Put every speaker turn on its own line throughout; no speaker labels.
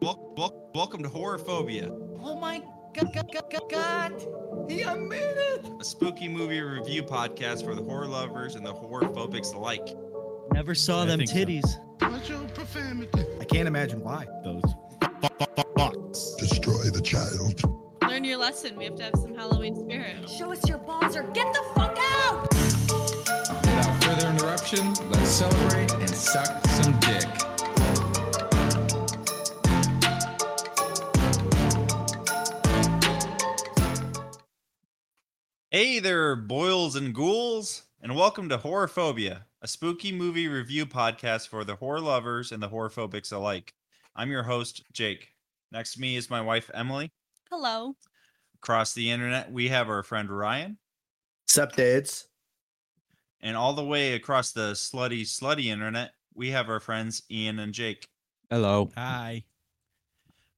wel- wel- welcome to Horrorphobia,
Oh my god, god, god, god, god. He a minute.
a spooky movie review podcast for the horror lovers and the horror phobics alike.
Never saw
I
them
think so.
titties.
What's your profanity?
I can't imagine why.
Those
Destroy the child.
Learn your lesson. We have to have some Halloween spirit.
Show us your balls or get the fuck out!
Without further interruption, let's celebrate and suck some dick.
Hey there, boils and ghouls, and welcome to Horrorphobia, a spooky movie review podcast for the horror lovers and the horror phobics alike. I'm your host, Jake. Next to me is my wife, Emily.
Hello.
Across the internet, we have our friend Ryan,
Sup, dudes?
and all the way across the slutty, slutty internet, we have our friends Ian and Jake.
hello. Hi.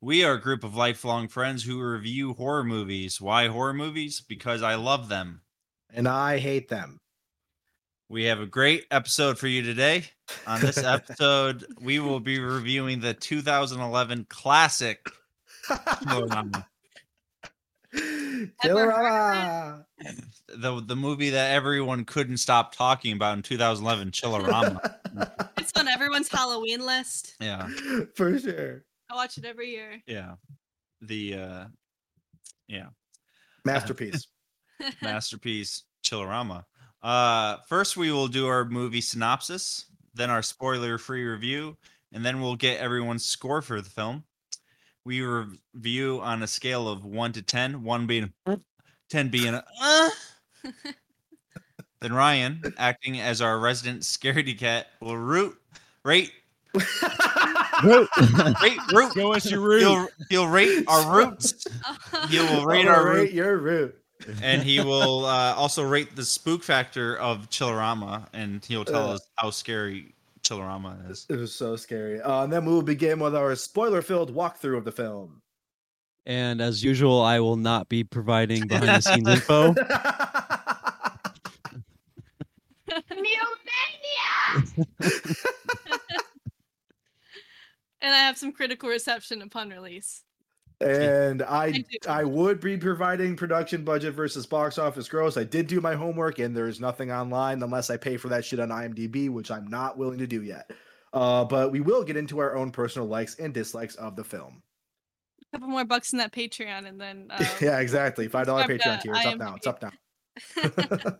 We are a group of lifelong friends who review horror movies. Why horror movies? Because I love them.
And I hate them.
We have a great episode for you today. On this episode, we will be reviewing the 2011 classic Killerama,
Killerama.
the the movie that everyone couldn't stop talking about in 2011, Chillerama.
It's on everyone's Halloween list.
yeah,
For sure.
I watch it every year.
yeah. The uh
Masterpiece.
masterpiece Chillerama. Uh, first, we will do our movie synopsis, then our spoiler-free review, and then we'll get everyone's score for the film. We review on a scale of one to ten, one being ten being uh. then Ryan, acting as our resident scaredy cat, will root rate rate root.
Show us your root.
He'll, he'll rate our roots. He will rate our roots
Rate your root.
and he will uh, also rate the spook factor of Chillerama, and he'll tell
Uh.
us how scary Chillerama is.
It was so scary. Uh, and then we will begin with our spoiler-filled walkthrough of the film.
And as usual, I will not be providing behind the scenes info.
Mumania! and I have some critical reception upon release.
and I,
do.
I would be providing production budget versus box office gross. I did do my homework, and there is nothing online unless I pay for that shit on IMDb, which I'm not willing to do yet. Uh, but we will get into our own personal likes and dislikes of the film.
A couple more bucks in that Patreon, and then uh,
yeah, exactly. Five dollar
subscribe to
Patreon tier. It's up now. It's up now.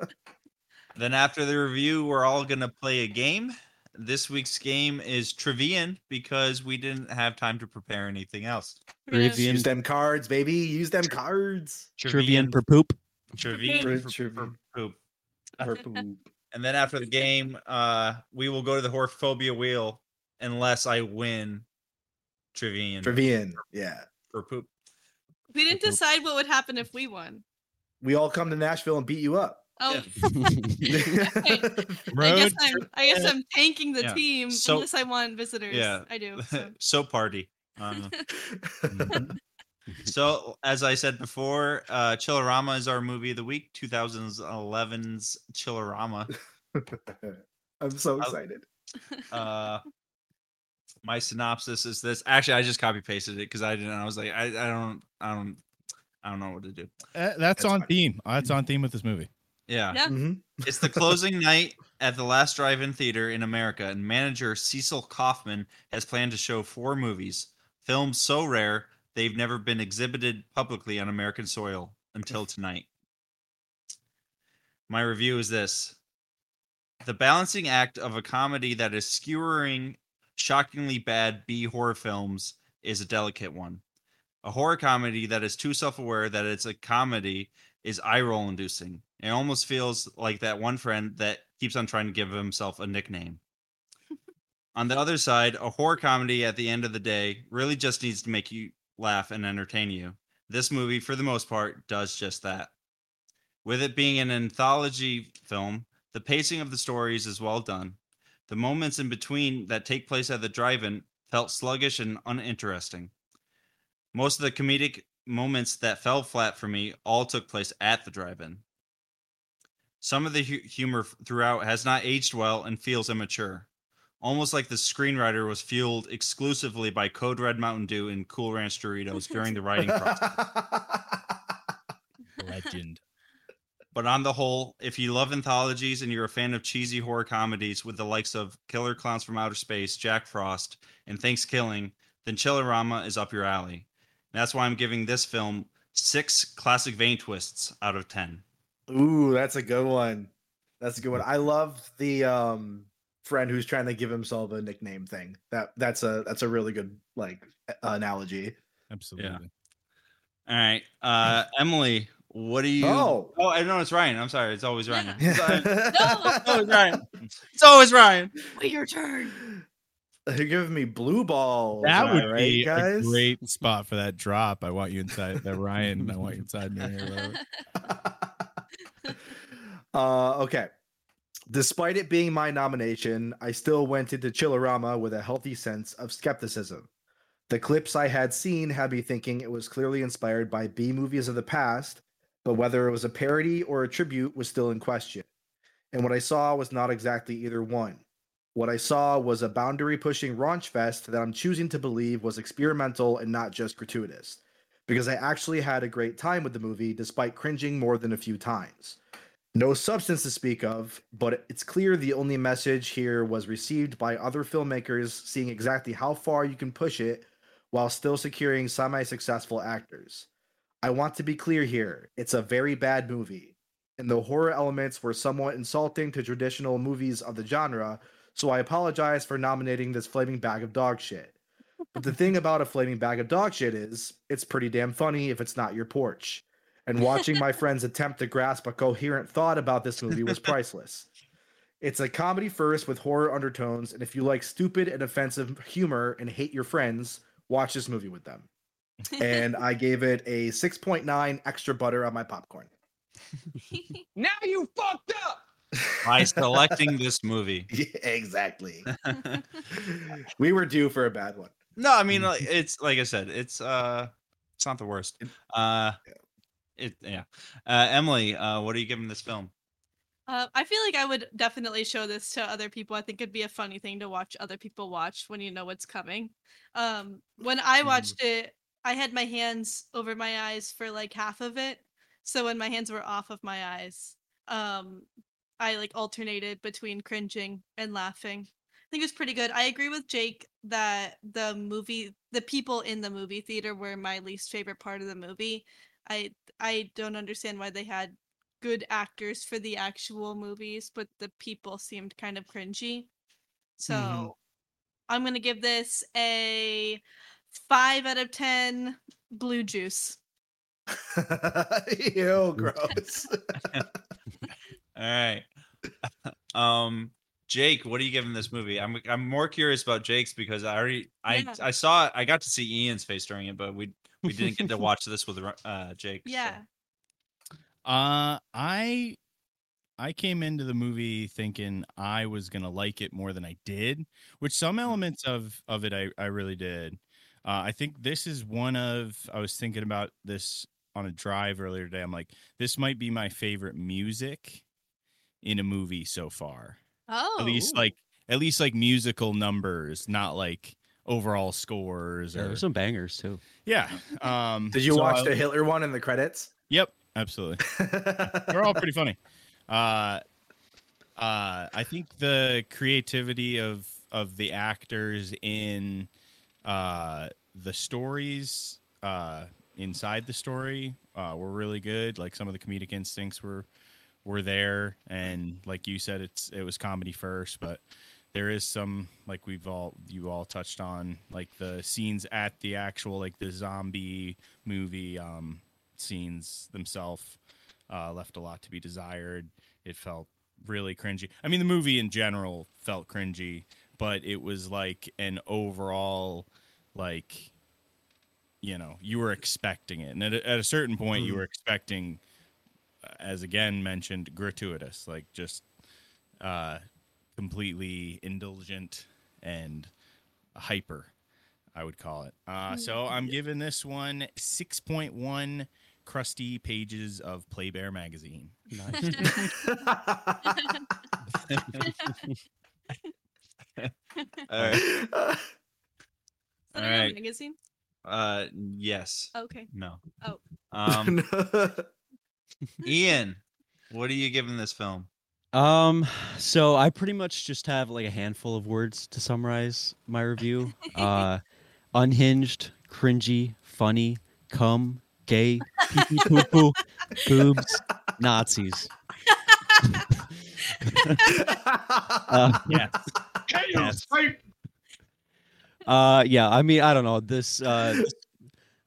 Then after the review, we're all gonna play a game. This week's game is Trivian because we didn't have time to prepare anything else.
we're gonna-
Trivian.
Use them cards, baby. Use them cards.
Trivian for poop.
Trivian for-
Trivian.
for poop.
Purple.
And then after the game, uh, we will go to the horphobia wheel unless I win Trivian
Trevian. Yeah.
for poop.
we didn't decide what would happen if we won.
We all come to Nashville and beat you up.
Oh,
Yeah.
I guess
Road.
I'm. I guess I'm tanking the
Yeah.
team
So-
unless I want visitors.
Yeah.
I do. so.
so party. Um, Mm-hmm. so as I said before, uh Chillerama is our movie of the week, 2011's Chillerama.
I'm so excited.
Uh my synopsis is this. Actually, I just copy pasted it because I didn't I was like, I, I don't I don't I don't know what to do.
Uh, that's on theme. Uh, That's on theme with this movie.
Yeah.
Yeah.
Mhm.
It's the closing night at the last drive-in theater in America, and manager Cecil Kaufman has planned to show four movies, films so rare they've never been exhibited publicly on American soil until tonight. My review is this: the balancing act of a comedy that is skewering shockingly bad B horror films is a delicate one. A horror comedy that is too self-aware that it's a comedy is eye roll inducing. It almost feels like that one friend that keeps on trying to give himself a nickname. on the other side, a horror comedy at the end of the day really just needs to make you laugh and entertain you. This movie, for the most part, does just that. With it being an anthology film, the pacing of the stories is well done. The moments in between that take place at the drive in felt sluggish and uninteresting. Most of the comedic moments that fell flat for me all took place at the drive-in. Some of the hu- humor f- throughout has not aged well and feels immature. almost like the screenwriter was fueled exclusively by Code Red Mountain Dew and Cool Ranch Doritos during the writing process.
Legend.
But on the whole, if you love anthologies and you're a fan of cheesy horror comedies with the likes of Killer Clowns from Outer Space, Jack Frost, and Thanksgiving, then Chillerama is up your alley. And that's why I'm giving this film six classic vein twists out of ten.
Ooh, that's a good one. That's a good one. I love the um friend who's trying to give himself a nickname thing. That that's a that's a really good like a- analogy.
Absolutely.
All right, uh, Emily, what do you?
Oh.
oh, I know it's Ryan. I'm sorry, it's always Ryan. It's always- it's
No.
always Ryan. It's always Ryan.
Wait your turn.
You're giving me blue balls.
That
am I
would be
guys?
a great spot for that drop. I want you inside that Ryan. I want you inside me. I love it.
uh, okay. Despite it being my nomination, I still went into Chillerama with a healthy sense of skepticism. The clips I had seen had me thinking it was clearly inspired by B movies of the past, but whether it was a parody or a tribute was still in question. And what I saw was not exactly either one. What I saw was a boundary pushing raunch fest that I'm choosing to believe was experimental and not just gratuitous because I actually had a great time with the movie despite cringing more than a few times. No substance to speak of, but it's clear the only message here was received by other filmmakers seeing exactly how far you can push it while still securing semi successful actors. I want to be clear here it's a very bad movie, and the horror elements were somewhat insulting to traditional movies of the genre, so I apologize for nominating this flaming bag of dog shit. But the thing about a flaming bag of dog shit is it's pretty damn funny if it's not your porch. And watching my friends attempt to grasp a coherent thought about this movie was priceless. It's a comedy first with horror undertones, and if you like stupid and offensive humor and hate your friends, watch this movie with them. And I gave it a 6.9 extra butter on my popcorn.
Now you fucked up.
By selecting this movie.
Yeah, exactly. we were due for a bad one.
No, I mean like, it's like I said, it's uh it's not the worst. Uh it yeah. Uh Emily, uh what are you giving this film?
Uh, I feel like I would definitely show this to other people. I think it'd be a funny thing to watch other people watch when you know what's coming. Um, when I
Mm.
watched it, I had my hands over my eyes for like half of it. So when my hands were off of my eyes, um, I like alternated between cringing and laughing. I think it was pretty good. I agree with Jake that the movie, the people in the movie theater were my least favorite part of the movie. I I don't understand why they had good actors for the actual movies, but the people seemed kind of cringy. So I'm gonna give this a five out of ten blue juice.
Ew, gross.
All right. um Jake, what are you giving this movie? I'm I'm more curious about Jake's because I already I
Yeah.
I saw I got to see Ian's face during it, but we we didn't get to watch this with uh Jake. so.
Yeah.
Uh, I I came into the movie thinking I was gonna like it more than I did, which some elements of of it I I really did. Uh, I think this is one of I was thinking about this on a drive earlier today. I'm like, this might be my favorite music in a movie so far.
Oh.
at least like at least like musical numbers, not like overall scores
Yeah,
or
there's some bangers too.
yeah. Um,
Did you
so
watch
I-
the Hitler one in the credits?
Yep, absolutely
Um,
they're all pretty funny. Uh, uh, I think the creativity of of the actors in uh, the stories uh, inside the story uh, were really good. Like some of the comedic instincts were were there, and like you said, it's it was comedy first, but there is some like we've all you all touched on like the scenes at the actual like the zombie movie um scenes themselves uh, left a lot to be desired. It felt really cringy. I mean, the movie in general felt cringy, but it was like an overall, like, you know, you were expecting it. And at a, at a certain point, you were expecting, uh, as again mentioned, gratuitous, like just uh, completely indulgent and hyper, I would call it. Uh, so I'm giving this one 6.1 crusty pages of Playbear magazine.
Nice.
I
All right.
that
All
in a
right.
magazine?
Uh, yes.
Okay.
No.
Oh.
Um, Ian, what are you giving this film?
Um, so I pretty much just have like a handful of words to summarize my review. Uh unhinged, cringy, funny, cum, gay, pee pee poo poo, boobs, Nazis. Uh,
Yes.
Chaos! Right.
uh yeah, I mean I don't know. This uh this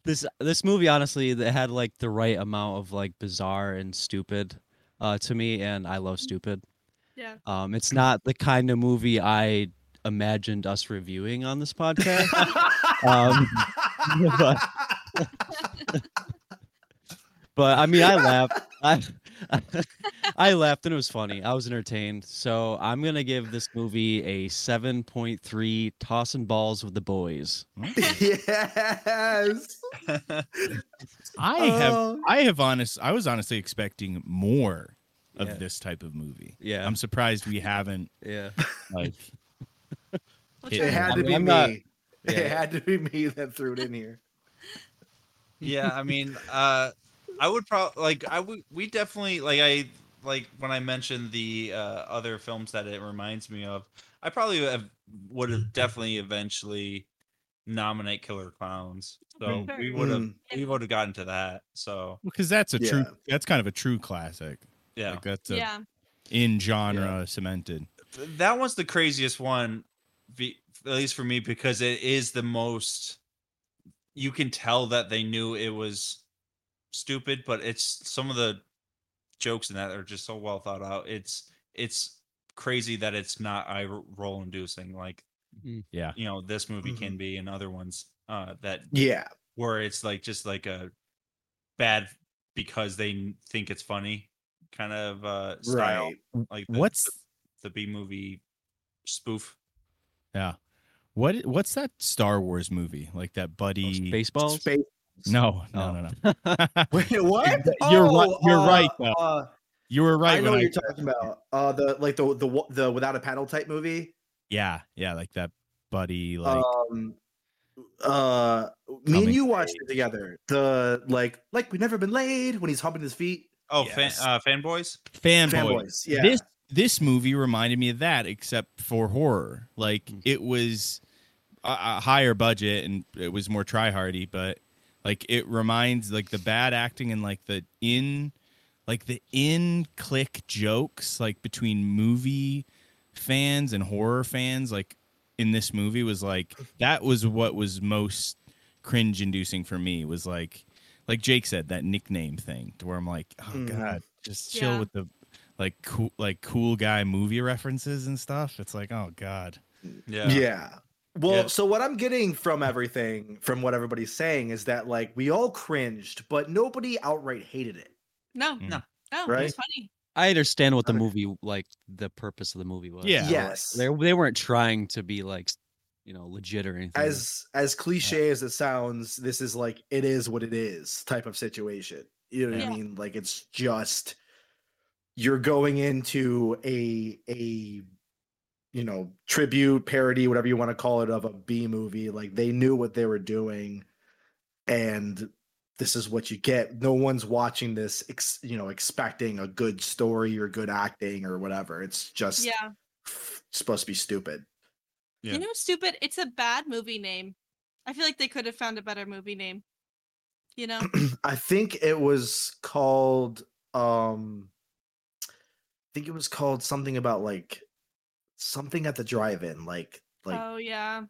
this, this movie honestly that had like the right amount of like bizarre and stupid uh to me and I love stupid.
Yeah.
Um, it's not the kind of movie I imagined us reviewing on this podcast. um, but, but I mean, I laughed. I, I laughed and it was funny. I was entertained. So I'm gonna give this movie a 7.3 toss and balls with the boys.
yes.
I have
Oh.
I have honest I was honestly expecting more of
Yeah.
this type of movie.
Yeah,
I'm surprised we haven't
yeah,
like
What's
It
your
It had
I
to
mean,
be
I'm
me.
not- yeah.
It had to be me that threw it in here.
yeah i mean uh i would probably like i would we definitely like i like when i mentioned the uh other films that it reminds me of i probably have, would have definitely eventually nominate killer clowns so
Mhm.
we would have
Hmm.
Mm.
we would have gotten to that so
because that's a true
Yeah.
that's kind of a true classic.
yeah
Like that's a
yeah.
in genre cemented.
Th- that one's the craziest one be, at least for me because it is the most you can tell that they knew it was stupid but it's some of the jokes in that are just so well thought out it's it's crazy that it's not eye ro- roll inducing like
Mm.
Yeah.
you know this movie can be and other ones uh that
Yeah.
where it's like just like a bad because they n- think it's funny kind of uh style
Right.
like the-
What's
the B movie spoof.
what what's that Star Wars movie? Like that buddy
baseballs.
Space.
No,
Oh.
no, Oh, no, no.
Wait, what? Oh,
You're right- you're right, though.
uh,
You were right
I
when
know what
I-
you're talking about. Uh, the like the the wa- the without a paddle type movie.
Yeah, yeah, like that buddy like
um, uh, me
Coming
and you watched it together. The like like we've never been laid when he's humping his feet.
Oh,
Yes.
fan, uh, fanboys.
fanboy.
Fanboys. Yeah.
This this movie reminded me of that, except for horror. Like it was a, a higher budget and it was more tryhardy, but like it reminds like the bad acting and like the in like the in click jokes like between movie fans and horror fans like in this movie was like that was what was most cringe inducing for me was like like Jake said that nickname thing to where I'm like oh
Mhm.
god just chill
Yeah.
with the like cool like cool guy movie references and stuff it's like oh god
Yeah.
Yeah. Well,
Yeah.
so what I'm getting from everything, from what everybody's saying, is that like we all cringed, but nobody outright hated it.
No.
Mm.
No. No.
Right?
It's funny.
I understand what the
Okay.
movie like the purpose of the movie was.
Yeah.
Yes.
They they weren't trying to be like you know legit or anything.
as as cliche as it sounds, this is like it is what it is type of situation. You know what
Yeah.
I mean? Like it's just you're going into a a you know tribute parody, whatever you want to call it, of a B movie. Like they knew what they were doing, and this is what you get. No one's watching this, ex, you know, expecting a good story or good acting or whatever. It's just
Yeah.
supposed to be stupid.
Yeah.
You know, what's stupid. It's a bad movie name. I feel like they could have found a better movie name. You know,
I think it was called um I think it was called something about like something at the drive-in like like
oh yeah,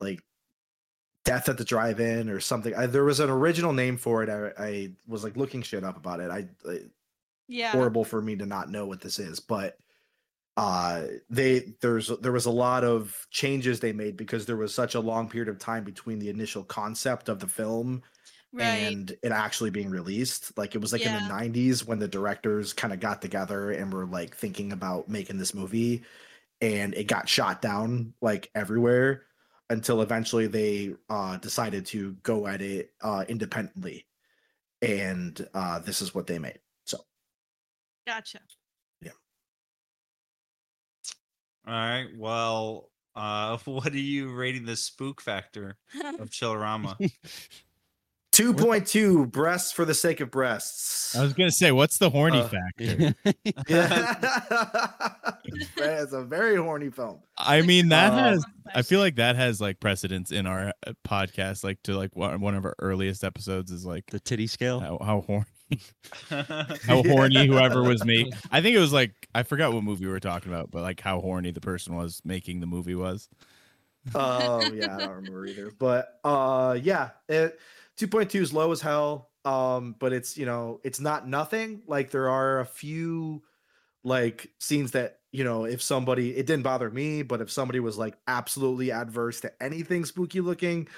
like death at the drive-in or something. I, there was an original name for it. I, I was like looking shit up about it. I, I
yeah,
horrible for me to not know what this is, but uh they there's there was a lot of changes they made because there was such a long period of time between the initial concept of the film
right,
and it actually being released. Like it was like
Yeah.
in the 90s when the directors kind of got together and were like thinking about making this movie and it got shot down like everywhere until eventually they uh decided to go at it uh independently. And uh this is what they made.
gotcha.
All right. Well, uh, what are you rating the spook factor of Chillerama?
2.2 breasts for the sake of breasts.
I was gonna say, what's the horny
Uh,
factor?
Yeah. that is a very horny film.
I mean, that
Uh,
has. I feel like that has like precedence in our uh, podcast. Like to like one one of our earliest episodes is like
the titty scale.
how, how horny
I
how
Yeah.
horny whoever was making. I think it was like I forgot what movie we were talking about, but like how horny the person was making the movie was.
Oh yeah, I don't remember either. But uh yeah, it 2.2 is low as hell. Um, but it's you know, it's not nothing. Like there are a few like scenes that you know, if somebody it didn't bother me, but if somebody was like absolutely adverse to anything spooky looking,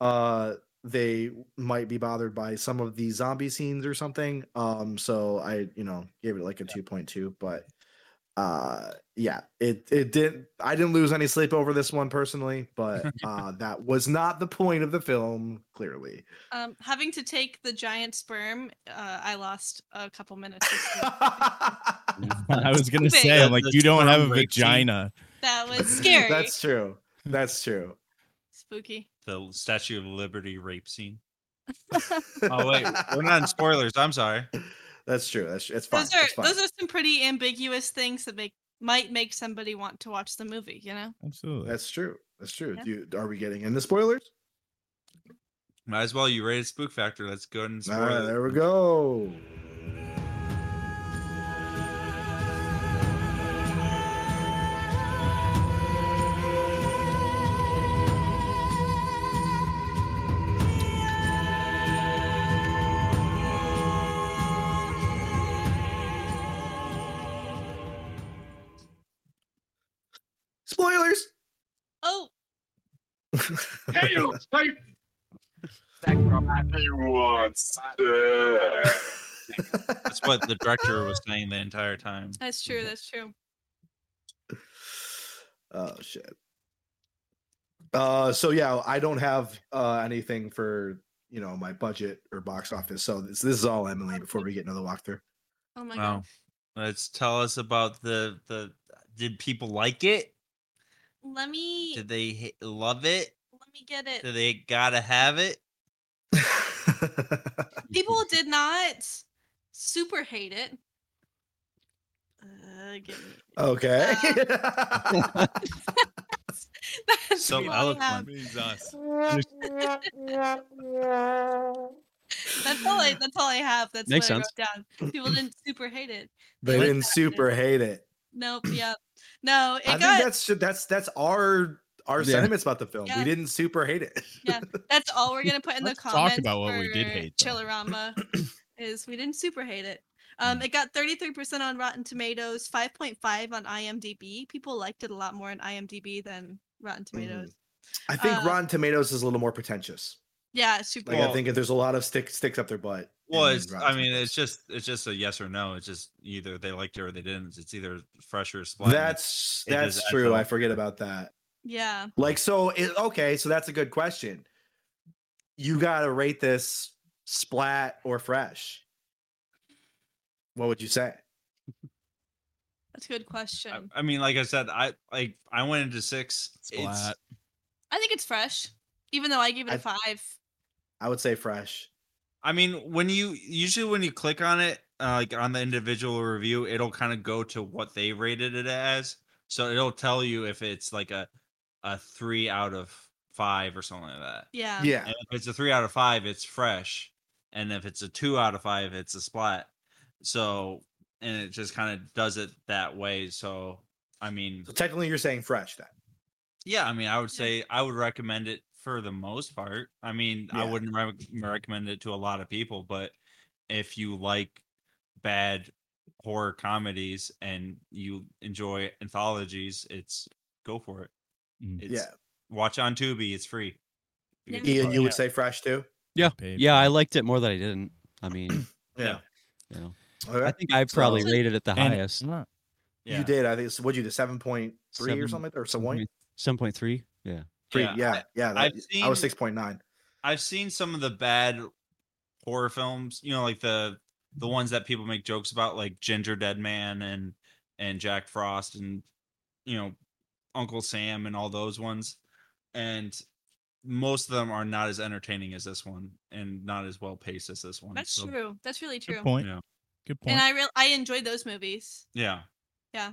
uh they might be bothered by some of the zombie scenes or something. Um, so I, you know, gave it like a 2.2, but uh yeah it it didn't i didn't lose any sleep over this one personally but uh that was not the point of the film clearly
Um, having to take the giant sperm, uh, I lost a couple minutes. of sleep.
I was gonna
Stupid.
say, I'm like,
The
you don't have a
sperm rape scene.
vagina.
that was scary.
that's true that's true
Spooky.
the Statue of Liberty rape scene. Oh wait, we're not in spoilers. I'm sorry.
that's true that's it's fine,
Those are
it's fine.
those are some pretty ambiguous things that make might make somebody want to watch the movie. You know.
Absolutely.
that's true that's true
Yeah.
Do you, are we getting into spoilers
Might as well. You rated Spook Factor. Let's go ahead and
All
spoil
right,
it.
there we go spoilers
Oh,
Can you say everyone stare?
That's what the director was saying the entire time.
that's true. That's true.
Oh shit. Uh, so yeah, I don't have uh anything for you know my budget or box office. So this this is all Emily before we get another walkthrough.
Oh my
Wow.
god.
Let's tell us about the the. Did people like it?
Let me
Did they h- love it?
let me get it.
Did they gotta have it?
people did not super hate it. Uh, give me.
okay.
That's
So
all I have.
eloquent.
Means us.
That's all I. That's all I have. That's
Makes
what I wrote down. People didn't super hate it.
they didn't super hate it.
Nope. Yep. No. It
I
got.
think that's that's that's our our
Yeah.
sentiments about the film.
Yeah.
We didn't super hate it.
That's all we're gonna put in the
Let's talk
comments.
about what we did
for
hate, though.
Chillerama is we didn't super hate it. Um, it got 33% on Rotten Tomatoes, 5.5 on IMDb. People liked it a lot more on IMDb than Rotten Tomatoes.
I think
Uh,
Rotten Tomatoes is a little more pretentious.
Yeah, it's super.
Like I
Well-
think if there's a lot of stick sticks up their butt. in
Well, it's,
Rotten
I mean,
Tomatoes.
it's just it's just a yes or no. It's just either they liked it or they didn't. It's either fresh or splash.
that's
it does
that's
add
true.
up.
I forget about that.
yeah.
Like, so it, okay, so that's a good question. You gotta rate this splat or fresh. What would you say?
That's a good question.
I, I mean, like I said, I like I went into six. It's
Splat.
I think it's fresh, even though I gave it a
I-
five.
I would say fresh.
I mean, when you usually when you click on it, uh, like on the individual review, it'll kind of go to what they rated it as. So it'll tell you if it's like a a three out of five or something like that.
Yeah.
yeah.
And if it's a three out of five, it's fresh, and if it's a two out of five, it's a splat. So and it just kind of does it that way. So I mean,
So technically, you're saying fresh then.
yeah, I mean, I would
Yeah.
say I would recommend it for the most part. I mean, I
Yeah.
wouldn't re- recommend it to a lot of people, but if you like bad horror comedies and you enjoy anthologies, it's go for it.
Mm.
It's, watch on Tubi; it's free.
Yeah.
yeah. Ian, you
Yeah.
would say fresh too.
Yeah.
Paid
Yeah,
for
I
it.
liked it more than I didn't. I mean,
Yeah.
you know,
Okay.
I think I probably
So-
rated it the
And-
highest,
Yeah,
You did. I think it's what'd you do? Seven point three or
Seven-
something, or some one
seven point three. Yeah.
three.
Yeah,
Yeah, yeah.
I've
that- I was
seen-
six point nine.
I've seen some of the bad horror films, you know, like the
Mm-hmm.
the ones that people make jokes about, like Ginger Dead Man and and Jack Frost, and you know, Uncle Sam and all those ones, and most of them are not as entertaining as this one and not as well paced as this one.
That's
So,
true. That's really true.
Good point.
Yeah.
Good point.
And I real I enjoyed those movies.
Yeah,
I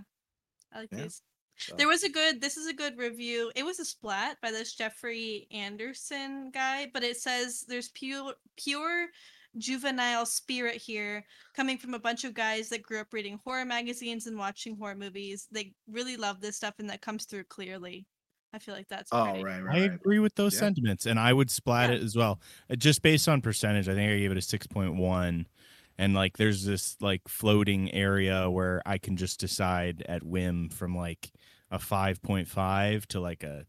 like
Yeah.
these.
So-
There was a good. This is a good review. It was a splat by this Jeffrey Anderson guy, but it says there's pure pure juvenile spirit here coming from a bunch of guys that grew up reading horror magazines and watching horror movies. They really love this stuff, and that comes through clearly. I feel like that's
Oh,
pretty-
right, right,
I
right.
agree with those
Yeah.
sentiments, and I would splat
Yeah.
it as well. Uh, Just based on percentage, I think I gave it a six point one, and like there's this like floating area where I can just decide at whim from like a five point five to like a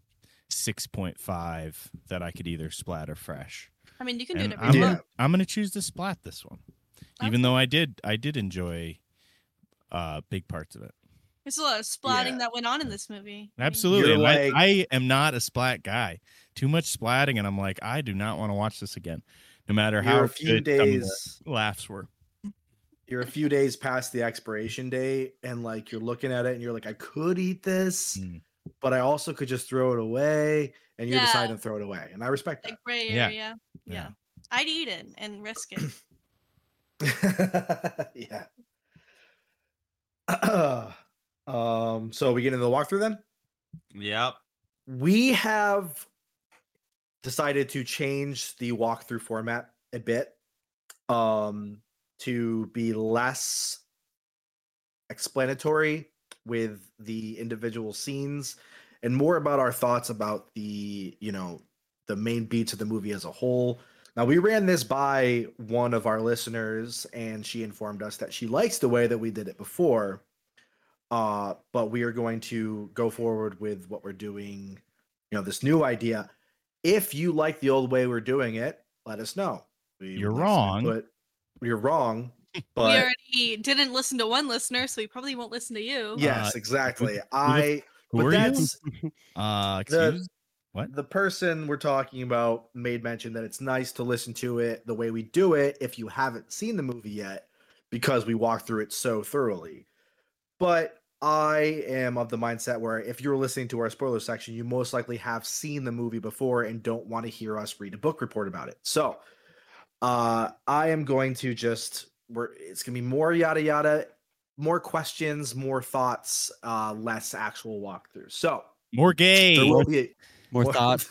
six point five that I could either splat or fresh.
I mean, you can do
And
it
I'm
every
Yeah.
month.
gonna, I'm gonna choose to splat this one, even though I did I did enjoy uh big parts of it.
There's a lot of splatting
Yeah.
that went on in this movie. I mean,
Absolutely.
You're
and I,
like-
I am not a splat guy. Too much splatting, and I'm like, I do not want to watch this again, no matter how
You're a few
good some of the
days.
laughs were.
You're a few days past the expiration date, and like you're looking at it, and you're like, I could eat this,
Mm.
but I also could just throw it away, and you're
Yeah.
deciding to throw it away, and I respect
Like gray
Yeah.
area. Yeah.
Yeah.
I'd eat it and risk it.
that. yeah. um. So we get into the walkthrough then.
yep.
we have decided to change the walkthrough format a bit um to be less explanatory with the individual scenes and more about our thoughts about the you know the main beats of the movie as a whole now we ran this by one of our listeners and she informed us that she likes the way that we did it before uh, but we are going to go forward with what we're doing you know this new idea if you like the old way we're doing it let us know We would
You're
like some
wrong.
input. you're wrong
we
but
already didn't listen to one listener, so we probably won't listen to you.
Uh,
yes exactly i
Who
but
are you?
that's
Uh,
the-
excuse? What?
the person we're talking about made mention that it's nice to listen to it the way we do it if you haven't seen the movie yet because we walk through it so thoroughly. But I am of the mindset where if you're listening to our spoiler section, you most likely have seen the movie before and don't want to hear us read a book report about it. So uh, I am going to just we're it's gonna be more yada yada, more questions, more thoughts, uh, less actual walkthroughs. So
More gay.
there will be a-
More thoughts.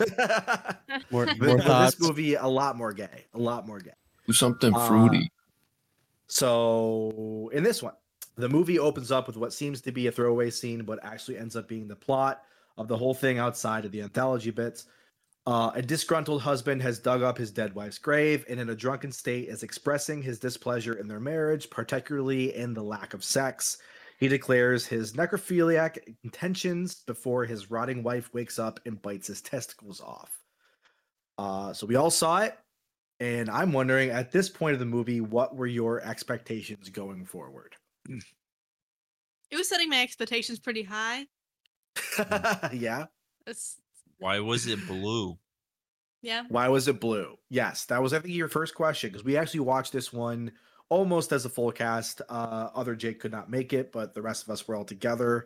More,
With-
more
with
thoughts.
This movie a lot more gay, a lot more gay.
Do something
Uh,
fruity.
So in this one, the movie opens up with what seems to be a throwaway scene, but actually ends up being the plot of the whole thing outside of the anthology bits. Uh, a disgruntled husband has dug up his dead wife's grave and, in a drunken state, is expressing his displeasure in their marriage, particularly in the lack of sex. He declares his necrophiliac intentions before his rotting wife wakes up and bites his testicles off. Uh, so we all saw it. And I'm wondering at this point of the movie, what were your expectations going forward?
It was setting my expectations pretty high.
yeah.
It's,
Why was it blue?
yeah.
Why was it blue? Yes, that was I think your first question because we actually watched this one almost as a full cast. Uh, other Jake could not make it, but the rest of us were all together.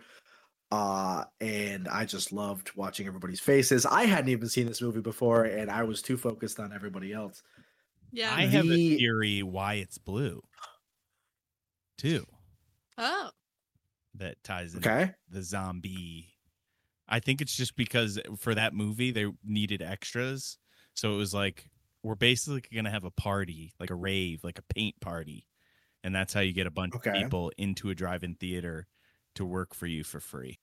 Uh, and I just loved watching everybody's faces. I hadn't even seen this movie before, and I was too focused on everybody else.
Yeah.
I have a
The-
theory why it's blue, too,
oh.
that ties in
Okay.
the zombie. I think it's just because for that movie they needed extras, so it was like we're basically gonna have a party, like a rave, like a paint party, and that's how you get a bunch
Okay.
of people into a drive-in theater to work for you for free.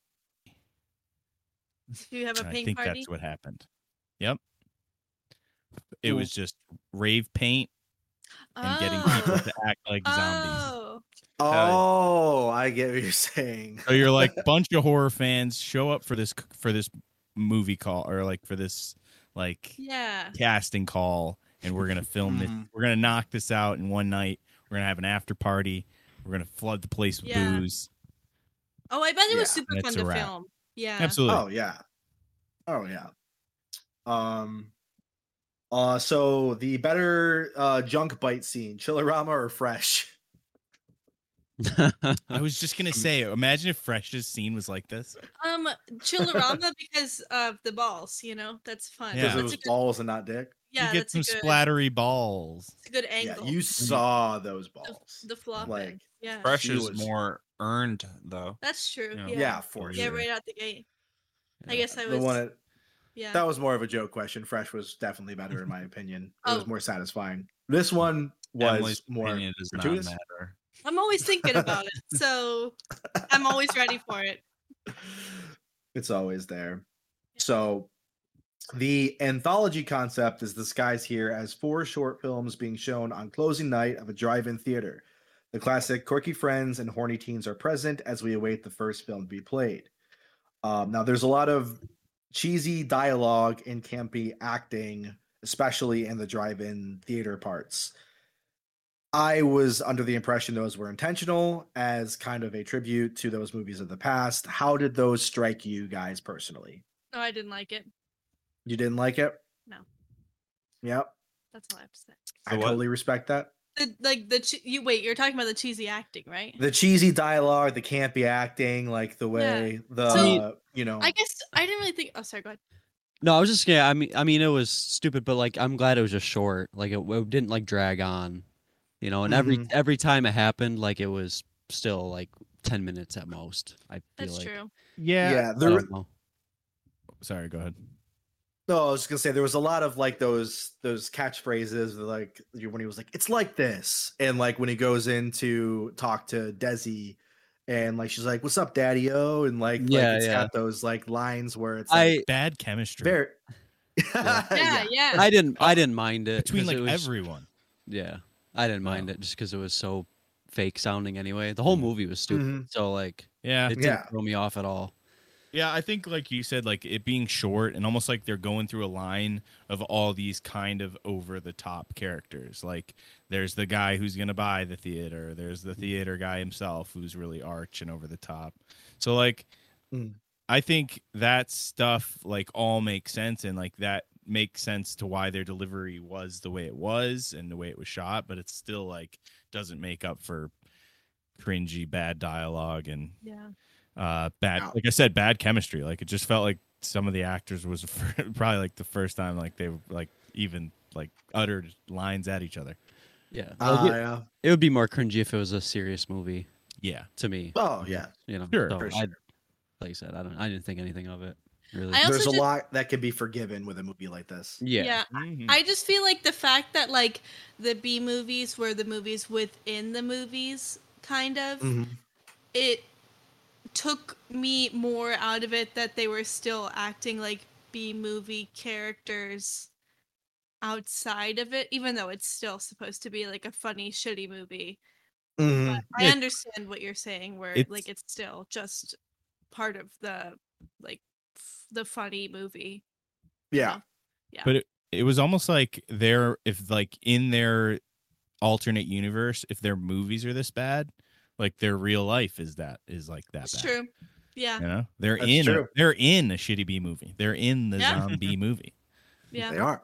Do you have a
And I
pink
think
party?
that's what happened. Yep. It was just rave paint and getting people
oh.
to act like zombies.
oh.
Oh, I get what you're saying.
So you're like bunch of horror fans show up for this c- for this movie call or like for this like
Yeah.
casting call and we're gonna film this
Mm-hmm.
Mhm.
we're gonna knock this out in one night we're gonna have an after party we're gonna flood the place with
Yeah.
booze
Oh, I bet it was
Yeah.
super
And
fun
it's
to
a wrap.
film. Yeah.
absolutely
Oh yeah. Oh yeah. Um uh so the better uh junk bite scene, Chillerama or fresh?
I was just gonna say, imagine if Fresh's scene was like this.
Um, Chillerama because of the balls. You know, that's fun.
Yeah.
because it
That's
was
a good,
balls and not dick.
yeah,
you get
that's a
some
good,
splattery balls.
that's a good
Yeah,
angle.
you saw those
the,
balls.
the flopping.
like,
yeah,
Fresh
She
is
was-
more earned though.
that's true.
Yeah.
Yeah,
yeah, for
Yeah,
sure.
right out the gate. I
Yeah.
guess I
the
was.
one at-
yeah,
that was more of a joke question. Fresh was definitely better in my opinion. It was
Oh.
more satisfying. This one was
Emily's
more.
opinion does not
gratuitous?
matter.
I'm always thinking about it, so I'm always ready for it.
it's always there. So the anthology concept is disguised here as four short films being shown on closing night of a drive-in theater. The classic quirky friends and horny teens are present as we await the first film to be played. Um, now there's a lot of cheesy dialogue and campy acting, especially in the drive-in theater parts. I was under the impression those were intentional as kind of a tribute to those movies of the past. How did those strike you guys personally?
No, I didn't like it.
You didn't like it?
No.
Yep.
That's all I have to say.
The
I
what?
totally respect that.
The, like the che- you wait, you're talking about the cheesy acting, right?
The cheesy dialogue, the campy acting, like the way the
So-
you know
I guess I didn't really think. Oh, sorry, go ahead.
No, I was just yeah. I mean, I mean, it was stupid, but like, I'm glad it was just short. Like, it, it didn't like drag on, you know. And every
Mhm.
every time it happened, like, it was still like ten minutes at most. I feel
That's
like.
true.
yeah,
Yeah.
I
there
don't know.
Sorry, go ahead.
no, I was just gonna say there was a lot of like those those catchphrases like you- when he was like, it's like this. And like when he goes in to talk to Desi and like she's like, What's up, Daddy O? And like,
Yeah,
like it's
yeah.
got those like lines where it's like,
I
Bad chemistry
very
Yeah, yeah.
Uh, I didn't I didn't mind it
between
'cause
like
it was-
everyone.
yeah I didn't mind
Oh.
it just because it was so fake sounding anyway. The whole movie was stupid, so like
Yeah,
it didn't
Mm-hmm. Uh, Yeah.
throw me off at all.
Yeah, I think like you said, like it being short and almost like they're going through a line of all these kind of over the top characters. Like there's the guy who's gonna buy the theater, there's the theater guy himself who's really arch and over the top. So like
Mm.
I think that stuff like all makes sense and like that makes sense to why their delivery was the way it was and the way it was shot, but it's still like doesn't make up for cringy bad dialogue and
yeah.
uh bad
Yeah.
like i said bad chemistry like it just felt like some of the actors was probably like the first time like they like even like uttered lines at each other
Yeah,
Ah,
Like, it,
yeah.
it would be more cringy if it was a serious movie
yeah
to me.
Oh yeah.
You know,
Sure,
so
for
I, like I said, I don't I didn't think anything of it really.
I also
There's a
just-
lot that can be forgiven with a movie like this.
yeah.
Mm-hmm.
I just feel like the fact that like the B movies were the movies within the movies, kind of,
Mm-hmm.
Mm-hmm.
it took me more out of it that they were still acting like B movie characters outside of it, even though it's still supposed to be like a funny, shitty movie.
Mhm.
But I
Yeah.
understand what you're saying, where
It's-
like it's still just part of the like f- the funny movie.
Yeah.
it was almost like their if like in their alternate universe if their movies are this bad like their real life is that is like that
That's
bad.
true. Yeah,
you know they're
That's
in a,
true.
they're in a shitty b movie they're in the
Yeah.
zombie movie
yeah.
They are.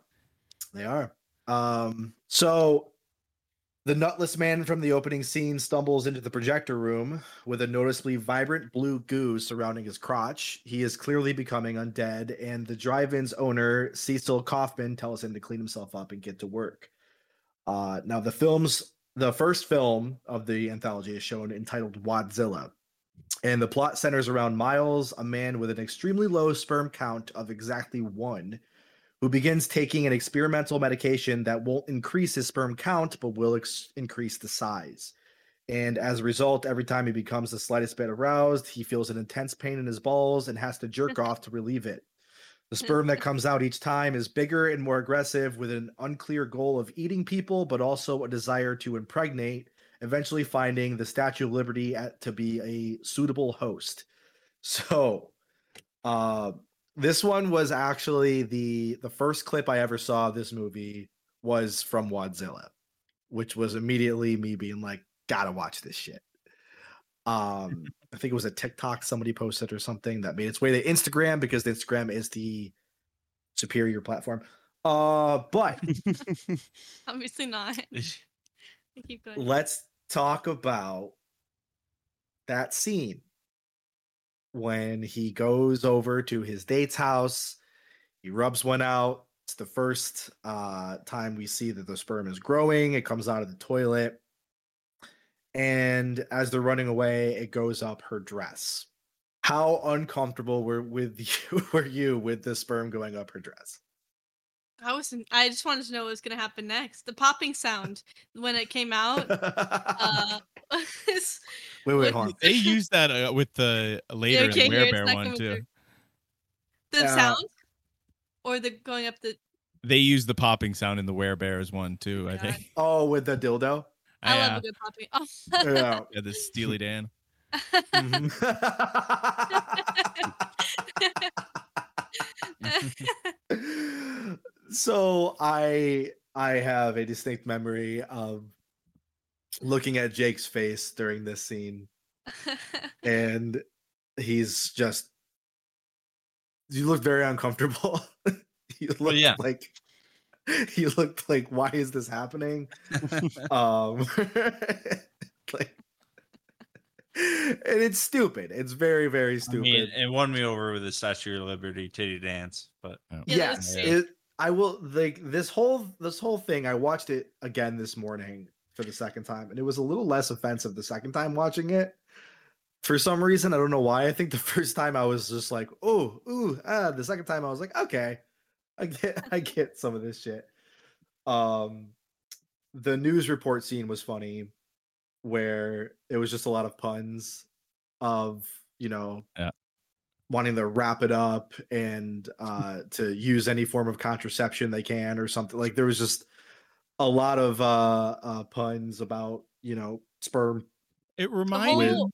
They are. Um, so the nutless man from the opening scene stumbles into the projector room with a noticeably vibrant blue goo surrounding his crotch. He is clearly becoming undead, and the drive in's owner, Cecil Kaufman, tells him to clean himself up and get to work. Uh, now, the film's the first film of the anthology is shown entitled Wadzilla. And the plot centers around Miles, a man with an extremely low sperm count of exactly one, who begins taking an experimental medication that won't increase his sperm count but will ex- increase the size. And as a result, every time he becomes the slightest bit aroused, he feels an intense pain in his balls and has to jerk off to relieve it. The sperm that comes out each time is bigger and more aggressive, with an unclear goal of eating people, but also a desire to impregnate, eventually finding the Statue of Liberty at, to be a suitable host. So, uh, this one was actually the the first clip I ever saw of this movie was from Wadzilla, which was immediately me being like, gotta watch this shit. Um, I think it was a TikTok somebody posted or something that made its way to Instagram because Instagram is the superior platform. Uh, but
Obviously not. Keep going.
let's talk about that scene when he goes over to his date's house, he rubs one out. It's the first uh, time we see that the sperm is growing. It comes out of the toilet. And as they're running away, it goes up her dress. How uncomfortable were with you were you with the sperm going up her dress?
I wasn't. I just wanted to know what was going to happen next. The popping sound when it came out. Uh, was-
wait, wait,
what-
hold on.
They used that uh, with the later in
okay,
the
here, it's
Werebear
not
one
coming
too.
through. the
Yeah.
sound or the going up
Uh,
the.
They used the popping sound in the Werebears one too. I
God.
think.
Oh, with the dildo.
I
yeah.
love a good popping. Oh,
Yeah.
yeah, the Steely Dan.
Mm-hmm. so I I have a distinct memory of looking at Jake's face during this scene, and he's just you look very uncomfortable.
Oh,
you look
yeah.
like you looked like why is this happening? um like and it's stupid. It's very, very
I
stupid.
mean, it won me over with the Statue of Liberty titty dance, but
Yeah, that was
yes
sick.
it, i will like this whole this whole thing i watched it again this morning for the second time and it was a little less offensive the second time watching it for some reason i don't know why i think the first time i was just like oh ooh ah the second time i was like okay i get i get some of this shit um the news report scene was funny where it was just a lot of puns of you know
Yeah.
wanting to wrap it up and uh to use any form of contraception they can or something like there was just a lot of uh, uh puns about you know sperm
It
the
reminded
whole,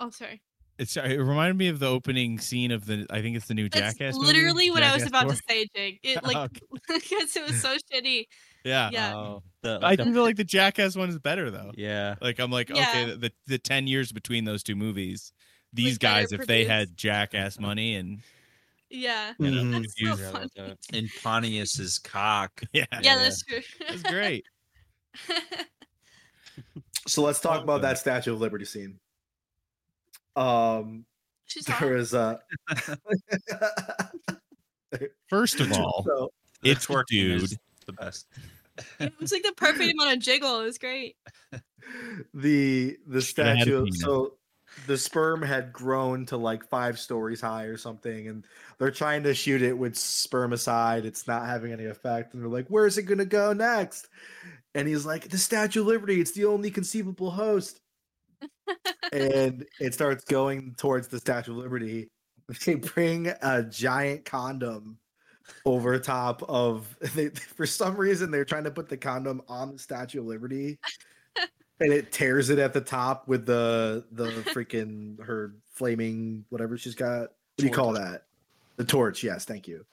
oh, sorry.
it's sorry, it reminded me of the opening scene of the I think it's the new
That's
Jackass. movie,
literally what I was
Jackass Oh.
about
4.
to say, Jake. It like because it was so shitty.
Yeah.
Yeah.
Oh, the,
I
like the-
do feel like the Jackass one is better though.
yeah.
Like I'm like
Yeah.
okay, the the ten years between those two movies, these
Was better
guys if they
produced.
had Jackass money and
Yeah.
you know,
Mhm.
That's so
Yeah,
funny.
like that.
in Pontius's cock.
yeah,
Yeah, that's true.
it's great.
so let's talk
Welcome.
about that statue of liberty scene um
She's
there
hot.
is uh
First of all,
so,
it's
Twerking
a dude.
is the best.
It was like the perfect amount of jiggle. It was great.
the the
Should've had a
statue
penis.
so the sperm had grown to like five stories high or something and they're trying to shoot it with spermicide it's not having any effect and they're like where's it gonna go next and he's like the statue of liberty it's the only conceivable host and it starts going towards the statue of liberty they bring a giant condom over top of they, for some reason they're trying to put the condom on the statue of liberty and it tears it at the top with the the freaking her flaming whatever she's got. What do you call that? The torch. Yes, thank you.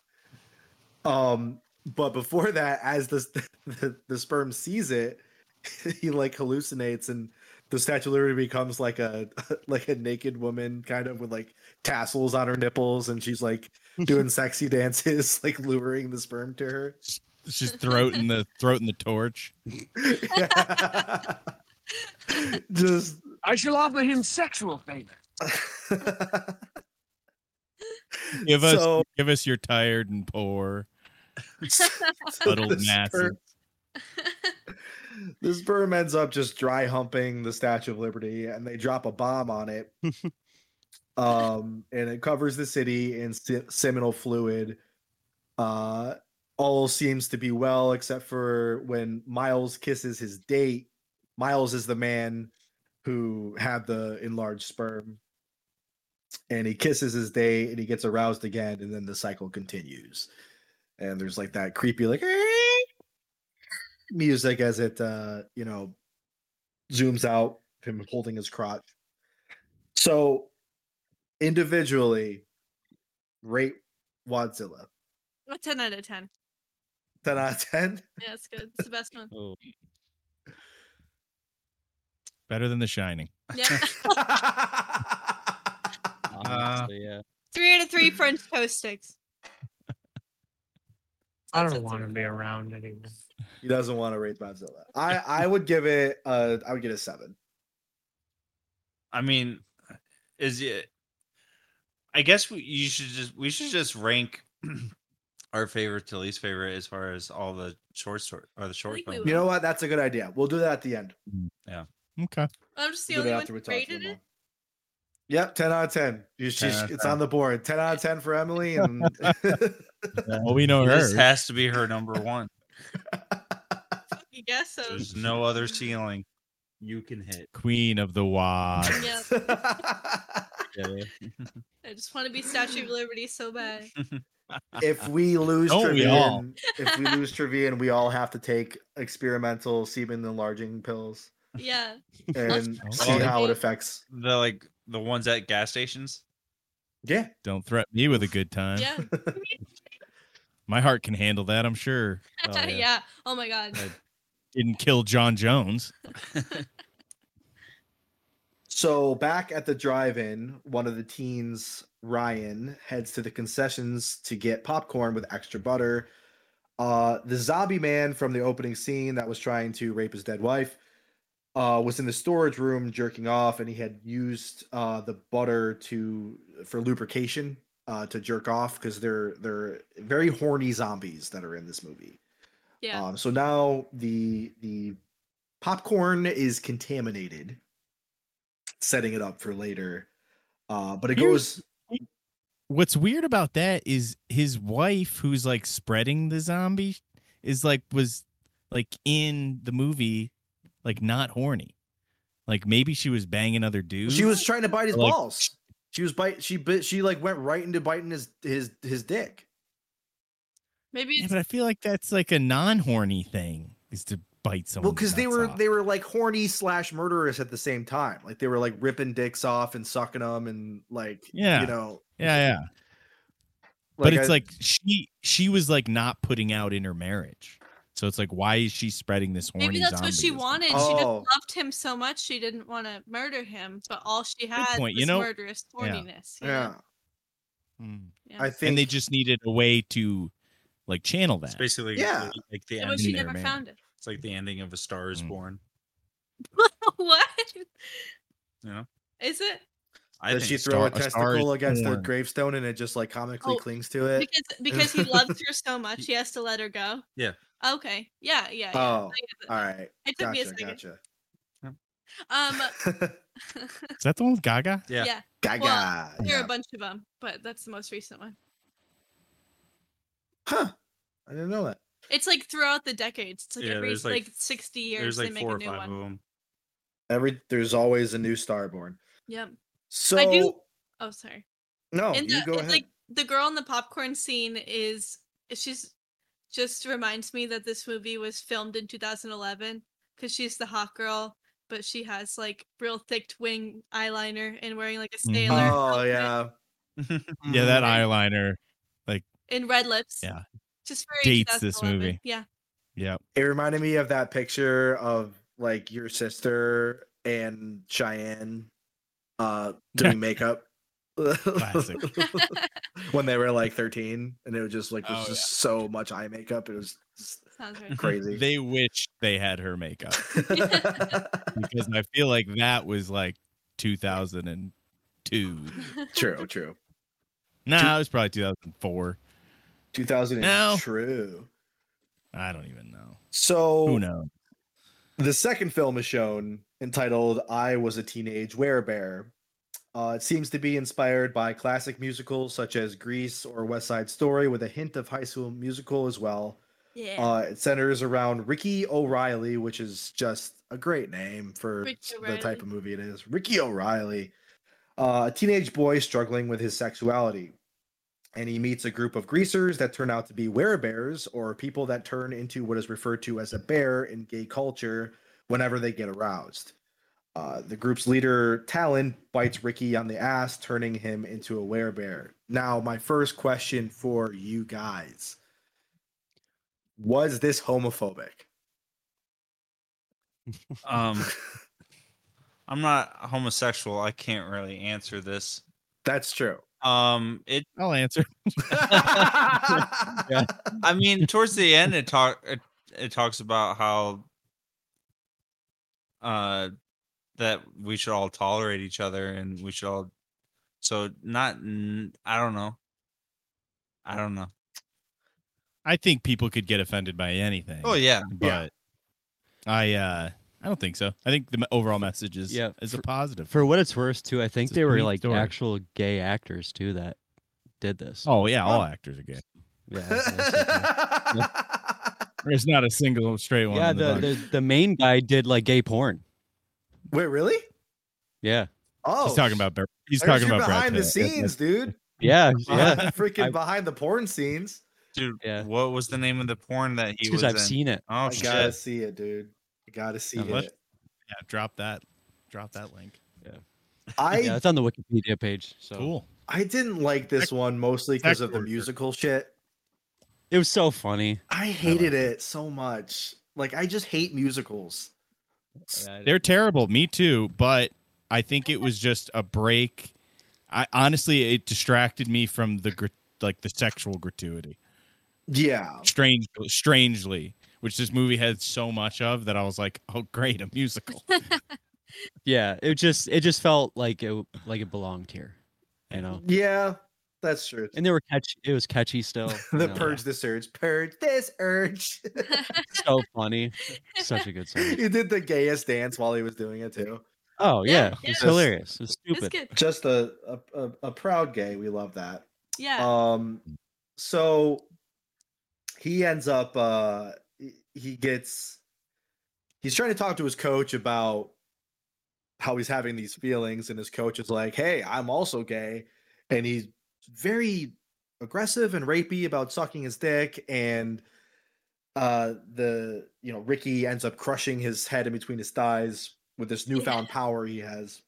Um, but before that, as the the, the sperm sees it, he like hallucinates and the statue of liberty becomes like a like a naked woman kind of with like tassels on her nipples and she's like doing sexy dances like luring the sperm to her
It's just throat in the throat in the torch.
just
I shall offer him sexual favor.
Give us
So-
give us your tired and poor
So
little
the
masses.
sperm- the sperm ends up just dry humping the Statue of Liberty, and they drop a bomb on it. um, and it covers the city in se- seminal fluid. Uh, all seems to be well, except for when Miles kisses his date. Miles is the man who had the enlarged sperm. And he kisses his date, and he gets aroused again, and then the cycle continues. And there's like that creepy, like music as it uh you know zooms out him holding his crotch so individually rate wadzilla
A ten out of ten.
10 out of 10
Yeah, it's good. It's the best one.
Oh,
Better than The Shining.
Yeah.
honestly, yeah.
Three out of three French toast sticks.
I
That's
don't
it,
want to
three.
be around anymore.
he doesn't want to rate Godzilla. i i would give it uh i would get a seven
I mean, is it i guess we you should just we should just rank our favorite to least favorite as far as all the short story or the short
think we
films.
will.
You know what? That's a good idea. We'll do that at the end.
Okay.
I'm just the
We'll
only one
do that after
who
we talk to
rated
them
it.
Yep, ten out of ten. You-
10
she's-
out of
it's
10.
on the board. Ten out of ten for Emily, and
Well, we know
this
hers.
has to be her number one
I guess so.
there's no other ceiling you can hit
Queen of the Wild.
Yeah, I just want to be Statue of Liberty so bad.
if we lose
Don't we all?
Trevian, if we lose Trevian, we all have to take experimental semen enlarging pills
Yeah.
and
Oh,
see
okay.
how it affects.
the like the ones at gas stations
Yeah,
Don't threaten me with a good time.
Yeah.
My heart can handle that, I'm sure.
yeah.
yeah.
Oh my god.
Didn't kill John Jones.
So back at the drive-in, one of the teens, Ryan, heads to the concessions to get popcorn with extra butter. Uh, the zombie man from the opening scene that was trying to rape his dead wife uh, was in the storage room jerking off, and he had used uh, the butter to for lubrication uh, to jerk off because they're they're very horny zombies that are in this movie.
Yeah.
Um, so now the the popcorn is contaminated, setting it up for later. Uh, but it
Here's-
goes
What's weird about that is his wife, who's like spreading the zombie, is like was like in the movie, like not horny. Like maybe she was banging other dudes.
she was trying to bite his
Like-
balls. She was bite. She bit. She like went right into biting his his his dick.
Maybe
Yeah,
it's
but I feel like that's like a non-horny thing is to bite someone.
Well, because they were they were like horny slash murderous at the same time. Like they were like ripping dicks off and sucking them and like
yeah,
you know.
yeah, yeah. but it's
I-
like she she was like not putting out in her marriage. So it's like, why is she spreading this horny?
maybe that's what she
zombieism?
wanted. She just
Oh.
loved him so much she didn't want to murder him, but all she had
point,
was
you know?
murderous horniness. you know?
yeah.
Mm.
Yeah.
I think
And they just needed a way to like channel
it's
that.
basically
Yeah.
like the ending
And when she
their
never
man.
found it.
it's like the ending of a star is
Mm.
born
what?
you know
Is it?
i
does
think
she
so.
star-
throw a
a star is
testicle against the
born.
gravestone and it just like comically
Oh,
clings to it?
Because because he loves her so much, he has to let her go.
Yeah.
Okay. Yeah. Yeah. yeah.
Oh,
I get that.
all right.
It took me a
Gotcha,
second.
gotcha.
Um.
Is that the one with Gaga?
Yeah.
yeah.
Gaga.
There are
yeah.
a bunch of them, but that's the most recent one.
Huh. I didn't know that.
It's like throughout the decades. It's like
Yeah,
every
there's, like,
like, sixty
there's
years
like
they make
four
a
or
new
five
one.
of them
Every there's always a new star born.
Yep.
So
do- Oh, sorry.
no,
in
you
the,
go
in,
ahead.
like the girl in the popcorn scene is she's just reminds me that this movie was filmed in 2011 because she's the hot girl but she has like real thick wing eyeliner and wearing like a
Mm-hmm.
Mhm.
sailor
oh
outfit
yeah.
Yeah, that eyeliner.
and red lips
Yeah.
just very
Dates this
2011.
movie.
yeah
Yep.
It reminded me of that picture of like your sister and Cheyenne uh doing makeup.
Classic.
when they were like 13 and it was just like was
Oh,
just so much eye makeup. It was just
sounds right
crazy.
They wish they had her makeup because I feel like that was like 2002.
true, true.
Nah, it was probably 2004.
2000
No.
is true.
I don't even know. Who
So
knows?
The second film is shown entitled I Was a Teenage Werebear. Uh, it seems to be inspired by classic musicals such as Grease or West Side Story with a hint of High School Musical as well.
yeah
Uh, it centers around Ricky O'Reilly, which is just a great name for
Ricky
s- the
O'Reilly.
type of movie it is. Ricky O'Reilly, uh, a teenage boy struggling with his sexuality. And he meets a group of greasers that turn out to be werebears or people that turn into what is referred to as a bear in gay culture whenever they get aroused. Uh, the group's leader, Talon, bites Ricky on the ass, turning him into a werebear. Now, my first question for you guys was this homophobic?
um i'm not homosexual i can't really answer this
That's true.
um it
I'll answer.
yeah.
I mean, towards the end, it talk it, it talks about how uh that we should all tolerate each other and we should all So not, n- I don't know. I don't know.
I think people could get offended by anything.
Oh yeah,
but I uh I don't think so. I think the me- overall message is
Yeah,
is a positive.
For what it's worth, too, I think
It's a
they were
neat
like
story.
actual gay actors too that did this.
oh yeah, all actors are gay.
Yeah, that's okay.
There's not a single straight one.
yeah.
in the
The,
bunch.
the the main guy did like gay porn.
Wait, really?
Yeah,
Oh,
he's talking about Bre- he's
I heard
talking
you're
about Brad
behind the
Pitt. That's-
scenes, dude.
yeah, yeah.
Behind- Freaking
I-
behind the porn scenes.
dude.
Yeah.
What was the name of the porn that he was
Because I've
in?
seen it.
oh
I
shit!
gotta see it, dude. I gotta see
Uh,
it.
what? Yeah, drop that, drop that link.
I
yeah, it's on the Wikipedia page. So
Cool.
I didn't like this one mostly because of the musical shit.
it was so funny.
I hated it so much. Like I just hate musicals.
They're terrible. Me too. But I think it was just a break. I honestly, it distracted me from the gr- like the sexual gratuity.
Yeah.
Strange, strangely, which this movie had so much of that I was like, oh great, a musical.
yeah, it just it just felt like it like it belonged here, you know.
Yeah, that's true.
Oh. And they were catchy. It was catchy still. you
The
know,
purge this urge. Purge this urge.
So funny. Such a good song.
he did the gayest dance while he was doing it too.
Oh
Yeah,
yeah,
yeah.
it's hilarious. It's
It's
stupid.
good.
Just a a, a, a proud gay. We love that.
Yeah.
Um, so he ends up. Uh, he- he gets. He's trying to talk to his coach about how he's having these feelings, and his coach is like, "Hey, I'm also gay," and he's very aggressive and rapey about sucking his dick, and uh, the you know Ricky ends up crushing his head in between his thighs with this newfound power he has.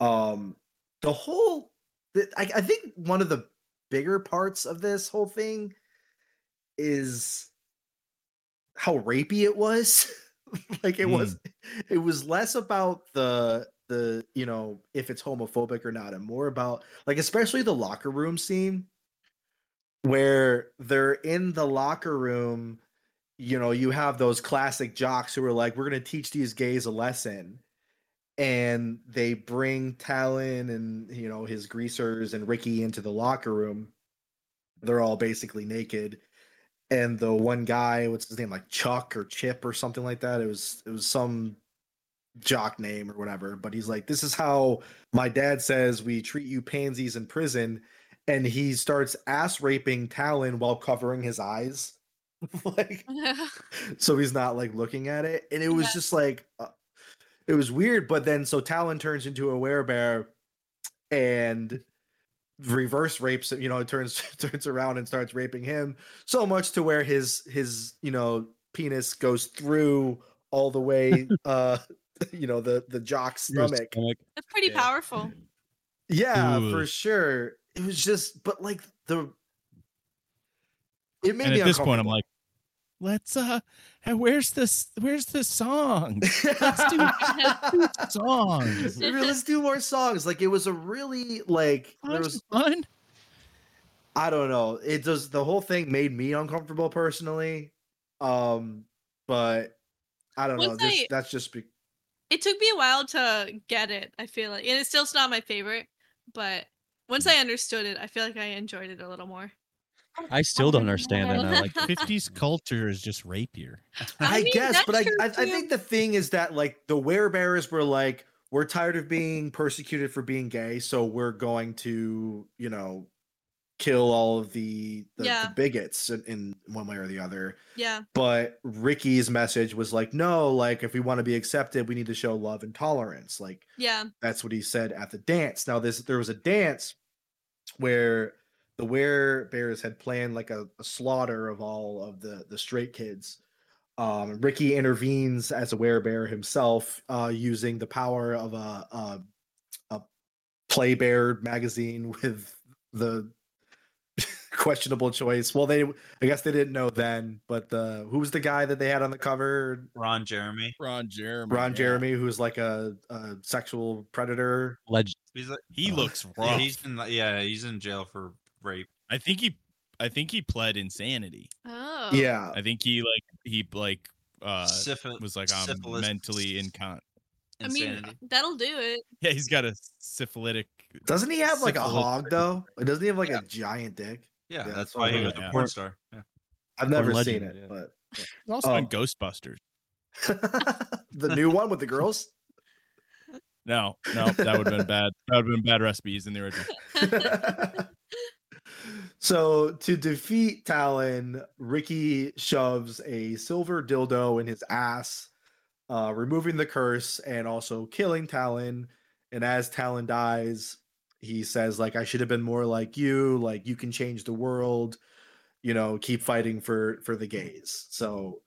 Um, the whole th- I, I think one of the bigger parts of this whole thing is how rapey it was like it was it was less about the the you know if it's homophobic or not and more about like especially the locker room scene where they're in the locker room you know you have those classic jocks who are like we're going to teach these gays a lesson and they bring Talon and you know his greasers and Ricky into the locker room. They're all basically naked, and the one guy, what's his name, like Chuck or Chip or something like that. It was it was some jock name or whatever, but he's like, "This is how my dad says we treat you pansies in prison," and he starts ass raping Talon while covering his eyes, like so he's not like looking at it and it was
Yeah.
just like uh, it was weird but then so talon turns into a werebear and reverse rapes him, you know turns turns around and starts raping him so much to where his his you know penis goes through all the way uh you know the the jock's
Your
stomach
stomach.
That's pretty
yeah.
powerful.
yeah
Ooh.
for sure it was just but like the it made
and
me
at this point, I'm
uncomfortable.
like, let's uh, hey, where's this? Where's the song? let's do- Songs.
Re- let's do more songs. Like it was a really like there was
fun.
I don't know. It does the whole thing made me uncomfortable personally. Um, but I don't know.
Once
This,
I-
that's just be-
It took me a while to get it, I feel like. And it's still not my favorite, but once
Mm.
I understood it, I feel like I enjoyed it a little more.
I still don't understand it. and I like it.
50s culture is just rapier.
I,
mean,
guess,
that's
but I,
true
I I
too.
think the thing is that like the werebears were like we're tired of being persecuted for being gay, so we're going to you know kill all of the the,
Yeah.
the bigots in, in one way or the other.
Yeah.
but Ricky's message was like, no, like if we want to be accepted, we need to show love and tolerance. Like
Yeah.
that's what he said at the dance. Now this there was a dance where the werebears had planned like a, a slaughter of all of the the straight kids. Um, Ricky intervenes as a werebear himself, uh, using the power of a a, a play bear magazine with the questionable choice. Well, they I guess they didn't know then, but the who was the guy that they had on the cover?
Ron Jeremy.
Ron Jeremy.
Ron Jeremy, who was like a, a sexual predator.
Leg-
He's like,
He
Uh,
looks
yeah,
rough.
he's in like, yeah, he's in jail for rape.
I think he, I think he pled insanity.
Oh.
Yeah,
I think he like he like uh
Syphil-
was like um, I'm
syphilis-
mentally incon.
I mean,
Insanity.
that'll do it.
Yeah, he's got a syphilitic.
Doesn't he have like a
Syphilis.
hog though? Or Doesn't he have like a giant dick?
Yeah,
Yeah,
that's
so
why he
yeah.
was a
Yeah.
porn star. Yeah.
I've never
legend,
seen it,
yeah.
but
He's also in
Oh.
Ghostbusters.
the new one with the girls.
No, no, that would have been bad. That would have been bad recipes in the original.
so to defeat Talon, Ricky shoves a silver dildo in his ass, uh, removing the curse and also killing Talon. And as Talon dies, he says, "Like I should have been more like you. Like you can change the world. You know, keep fighting for for the gays." So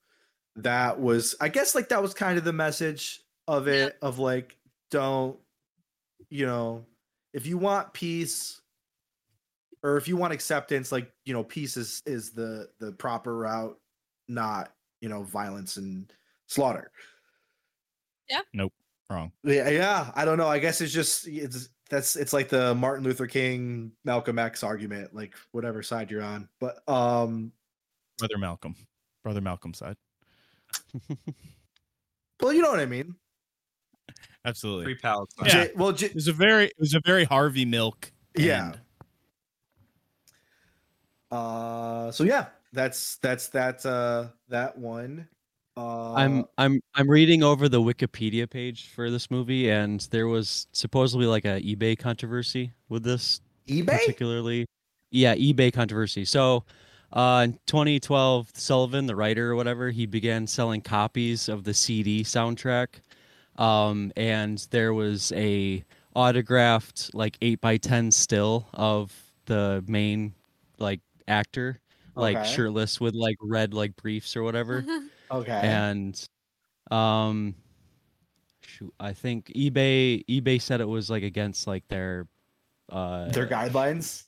that was, I guess, like that was kind of the message of
Yeah.
it. Of like, don't, you know, if you want peace or if you want acceptance like you know peace is is the the proper route not you know violence and slaughter
Wrong.
yeah, yeah i don't know i guess it's just it's that's it's like the martin luther king malcolm x argument like whatever side you're on but um
Brother Malcolm. Brother Malcolm side.
well you know what i mean
Absolutely.
Free Palestine.
Yeah.
J- well J-
It was a very it was a very Harvey Milk.
Yeah.
and-
uh so yeah that's that's that uh that one uh
I'm I'm I'm reading over the Wikipedia page for this movie, and there was supposedly like a eBay controversy with this
ebay
particularly yeah ebay controversy so uh, in 2012 sullivan the writer or whatever he began selling copies of the cd soundtrack um, and there was a autographed like 8 by 10 still of the main like actor like
Okay.
shirtless with like red like briefs or whatever
okay
and um shoot i think ebay ebay said it was like against like their uh
their guidelines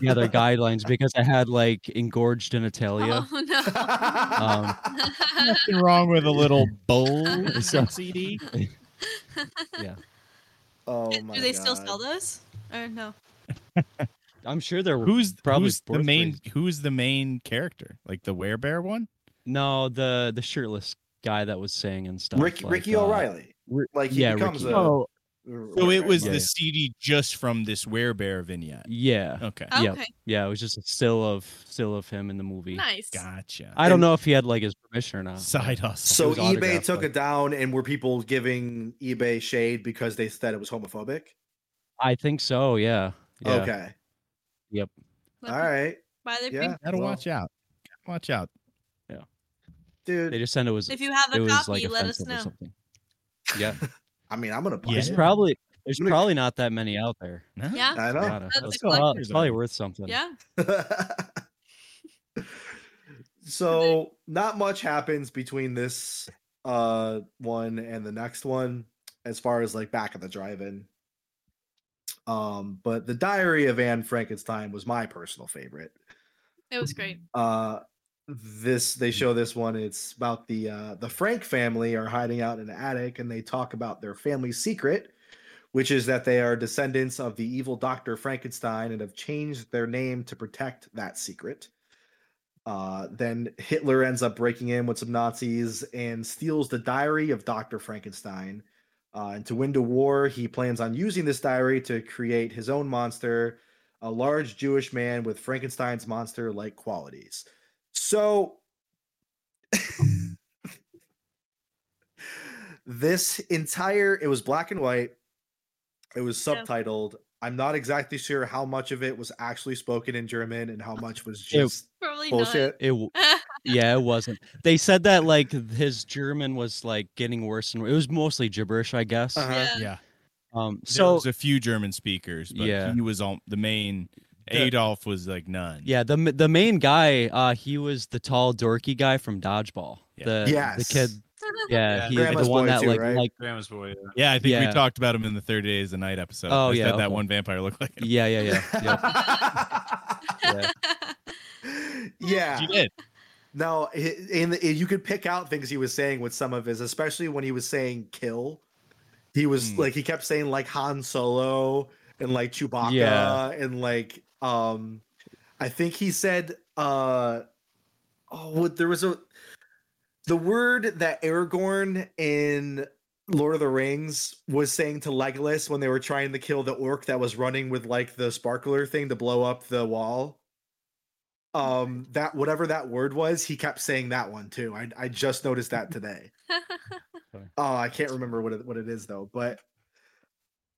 yeah, their guidelines because I had like engorged genitalia.
Oh no.
Um,
Nothing wrong with a little bowl
So-
CD.
oh
Do
my
they still
God.
sell those? Or no?
I'm sure there were
Who's
Probably
who's the
fourth
main
grade.
who's the main character? Like the werebear one?
no the the shirtless guy that was saying and stuff.
Ricky,
like,
Ricky
uh,
O'Reilly.
Ri-
Like he
yeah,
becomes
Ricky.
a.
Oh.
So it was
Yeah.
the CD just from this werebear vignette.
Yeah,
Okay.
Uh,
Oh, Okay.
Yep. yeah, it was just a still of still of him in the movie.
Nice.
Gotcha.
I don't know if he had like his permission or not.
Side hustle.
So
was
eBay
autographed,
took
like-
it down, and were people giving eBay shade because they said it was homophobic?
I think so. Yeah. yeah.
Okay,
Let
all
people
right,
Buy their
yeah.
Gotta
well,
watch out. Gotta watch out.
They
dude.
just said it was
If you have
it
a
was
copy,
like
let us
offensive or
know.
something. Yeah,
I mean, I'm gonna buy
Yeah.
there's
it.
probably there's
Look.
probably not that many out there.
No.
Yeah.
I know.
Gotta-
That's
It's
a
probably-
collector's
it's probably
item.
worth something.
Yeah.
so not much happens between this uh one and the next one as far as like back at the drive-in um but the diary of anne frankenstein was my personal favorite
It was great.
uh this they show this one it's about the uh the frank family are hiding out in an attic and they talk about their family secret which is that they are descendants of the evil doctor frankenstein and have changed their name to protect that secret uh then hitler ends up breaking in with some nazis and steals the diary of dr frankenstein uh, and to win the war he plans on using this diary to create his own monster a large Jewish man with Frankenstein's monster like qualities. So, this entire, it was black and white, it was
Yeah.
subtitled. I'm not exactly sure how much of it was actually spoken in German and how much was
Ew.
just
Probably
bullshit.
It w- yeah, it wasn't. They said that like his German was like getting worse and it was mostly gibberish, I guess.
not.
Uh-huh.
Yeah.
Yeah.
Um,
there
so
was a few German speakers, but
Yeah.
he was on the main.
The-
Adolf was like none.
yeah, the m- the main guy, uh, he was the tall dorky guy from Dodgeball.
Yeah.
The the
Yes.
kid, yeah,
Yeah.
he
Grandma's
the one
boy
that
too,
like
right?
like
Grandma's boy. yeah.
yeah. I think
Yeah.
we talked about him in the third day is the night episode.
Oh,
I
yeah,
said that
okay.
one vampire looked like. Him.
yeah, yeah, yeah. yeah. Yeah.
yeah.
She did.
No, i- in the, you could pick out things he was saying with some of his, especially when he was saying "kill." He was
Hmm.
like he kept saying like Han Solo and like Chewbacca
Yeah.
and like um, I think he said uh, oh, what- there was a the word that Aragorn in Lord of the Rings was saying to Legolas when they were trying to kill the orc that was running with like the sparkler thing to blow up the wall. Um, that whatever that word was, he kept saying that one too. I I just noticed that today. Oh, I can't remember what it, what it is though, but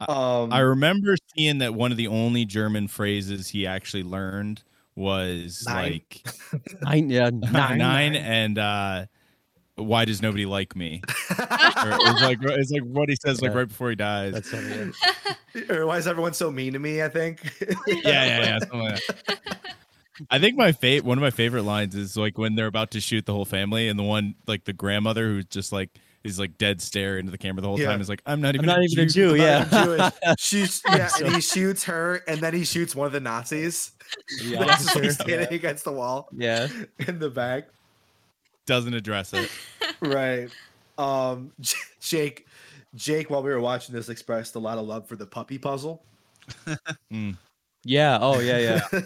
um,
I
Mm.
remember seeing that one of the only German phrases he actually learned was
Nine.
like
I yeah,
nine,
nine.
and uh why does nobody like me? Or it was like it's like what he says like
Yeah.
right before he dies.
That's something. like-
or why is everyone so mean to me? I think.
yeah, yeah, yeah. something like that. I think my fate one of my favorite lines is like when they're about to shoot the whole family and the one like the grandmother who's just like is like dead stare into the camera the whole
Yeah.
time is like I'm not
I'm
even
not even a Jew.
I'm
Yeah.
Jewish. Shoots, yeah, and he shoots her, and then he shoots one of the Nazis.
The
The Nazis are
officer.
standing against the wall
Yeah.
in the back.
doesn't address it.
Right. Um, J- Jake, Jake, while we were watching this, expressed a lot of love for the puppy puzzle.
Yeah. Oh yeah. Yeah.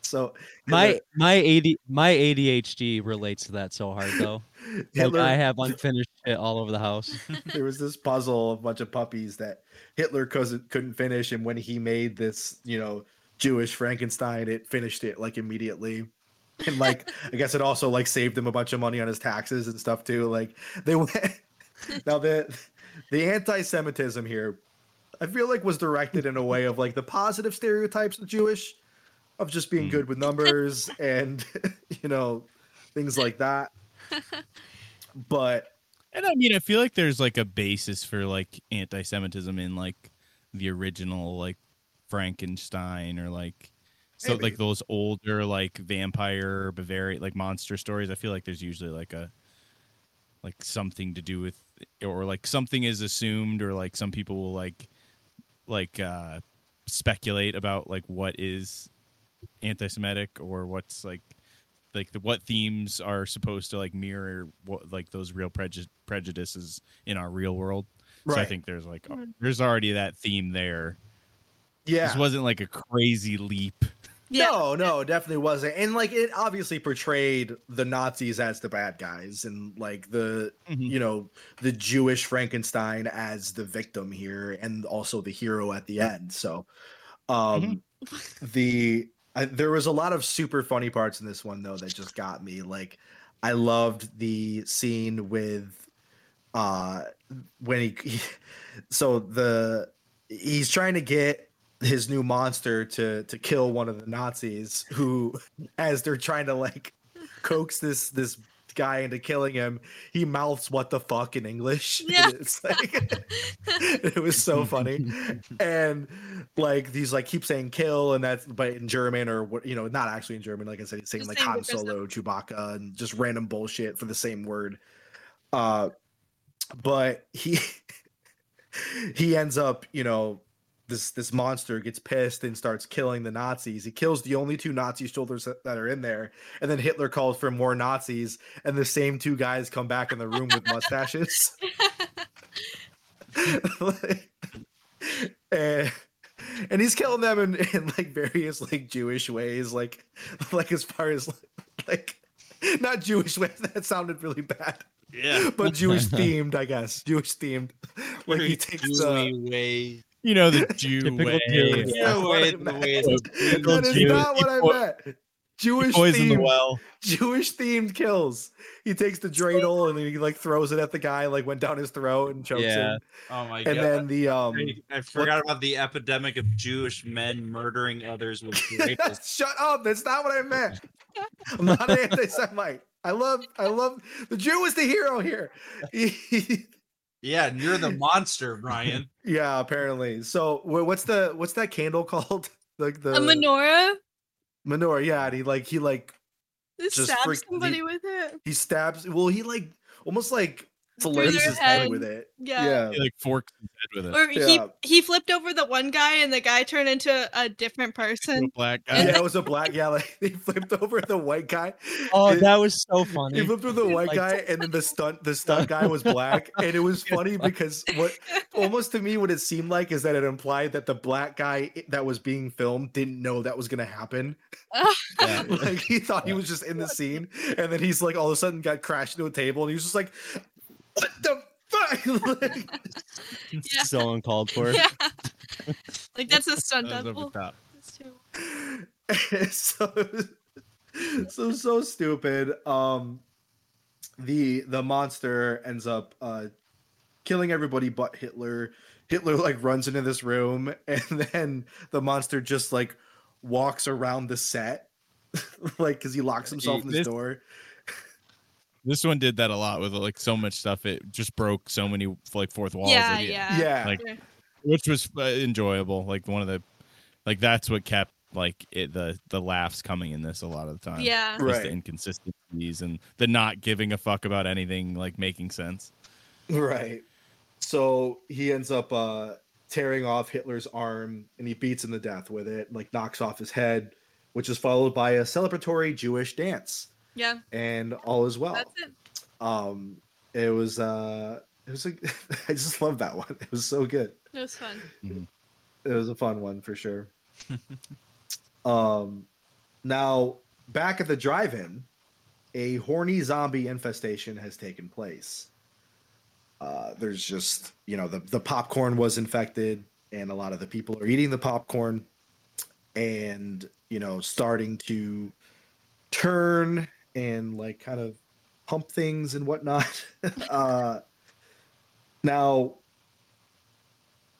so
My my AD, my ADHD relates to that so hard though. Like
Hitler,
I have unfinished shit all over the house.
there was this puzzle of a bunch of puppies that Hitler couldn't couldn't finish, and when he made this, you know, Jewish Frankenstein, it finished it like immediately. And like, I guess it also like saved him a bunch of money on his taxes and stuff too. Like they went now the the anti-Semitism here, I feel like was directed in a way of like the positive stereotypes of Jewish, of just being
Hmm.
good with numbers and you know things like that. But
And I mean, I feel like there's like a basis for like anti-Semitism in like the original like Frankenstein or like so
Maybe.
like those older like vampire Bavaria like monster stories. I feel like there's usually like a like something to do with or like something is assumed or like some people will like like uh speculate about like what is anti-Semitic or what's like like the, what themes are supposed to like mirror what like those real preju- prejudices in our real world. So I
Right.
think there's like a-
Mm-hmm.
there's already that theme there.
yeah,
This wasn't like a crazy leap.
Yeah.
No, no, it definitely wasn't. And like it obviously portrayed the Nazis as the bad guys and like the you know, the Jewish Frankenstein as the victim here and also the hero at the end. So um the I, there was a lot of super funny parts in this one though that just got me. Like I loved the scene with uh when he, so the he's trying to get his new monster to to kill one of the Nazis who as they're trying to like coax this this guy into killing him he mouths what the fuck in english And
Yeah.
it's like it was so funny and like he's like keep saying kill and that's but in german or what you know not actually in german like i said he's saying
Just
like
saying
han
what goes up.
solo chewbacca and just random bullshit for the same word uh but he he ends up you know this this monster gets pissed and starts killing the nazis he kills the only two nazi soldiers that that are in there and then hitler calls for more nazis and the same two guys come back in the room with mustaches Like, and, and he's killing them in, in like various like jewish ways like like as far as like not jewish ways that sounded really bad
Yeah.
but Jewish themed, I guess. Jewish themed. Like he takes uh, the.
way.
You know the Jew
Typical
way.
Jew.
Yeah,
That's what
way-
I
the
meant.
way it's-
That is
Jew.
not what I
People-
meant. Jewish
Boys in the
themed,
well.
Jewish themed kills. He takes the dreidel and he like throws it at the guy, like went down his throat and chokes
Yeah.
him.
Oh my
And
god.
then the um.
I, I forgot about the epidemic of Jewish men murdering others with dreidels.
Shut up! That's not what I meant. I'm not an anti-Semite. I love, I love. The Jew is the hero here.
yeah, and you're the monster, Brian.
yeah, apparently. So, wha- what's the what's that candle called? Like the
a menorah?
menorah yeah and he like he like
Just
just
stab
freak-
somebody
the-
with it.
he stabs well he like almost like fillets
their
his head.
head.
with it
Yeah.
He, like forks his head with it.
Or he
Yeah.
he flipped over the one guy and the guy turned into a different
To a
person.
black
yeah,
guy.
it was a black guy like he flipped over the white guy
Oh,
It-
that was so
he
funny.
flipped over the white
Like-
guy and then the stunt the stunt guy was black and it was funny because what almost to me what it seemed like is that it implied that the black guy i- that was being filmed didn't know that was going to happen
Yeah.
like he thought he was just in the scene and then he's like all of a sudden got crashed into a table and he was just like what the fuck exactly.
Yeah.
So uncalled for.
yeah. like that's a stunt
That was over
double.
the top.
That's terrible.
so so so stupid. Um the the monster ends up uh killing everybody but Hitler. Hitler like runs into this room and then the monster just like walks around the set like cuz he locks himself in this
This-
door.
This one did that a lot with like so much stuff. It just broke so many like fourth walls.
Yeah,
like, it-
yeah.
Yeah.
Like
Sure.
which was uh, enjoyable. Like one of the like that's what kept like it the the laughs coming in this a lot of the time.
Yeah.
Just
Right.
the inconsistencies and the not giving a fuck about anything like making sense.
Right. So he ends up uh tearing off Hitler's arm and he beats him to death with it, like knocks off his head, which is followed by a celebratory Jewish dance.
Yeah.
and all is well.
That's it.
Um, it was uh, it was a, I just love that one. It was so good.
It was fun.
It was a fun one for sure. um, now back at the drive-in, a horny zombie infestation has taken place. Uh, there's just you know the the popcorn was infected, and a lot of the people are eating the popcorn, and you know starting to turn and like kind of pump things and whatnot. uh, now,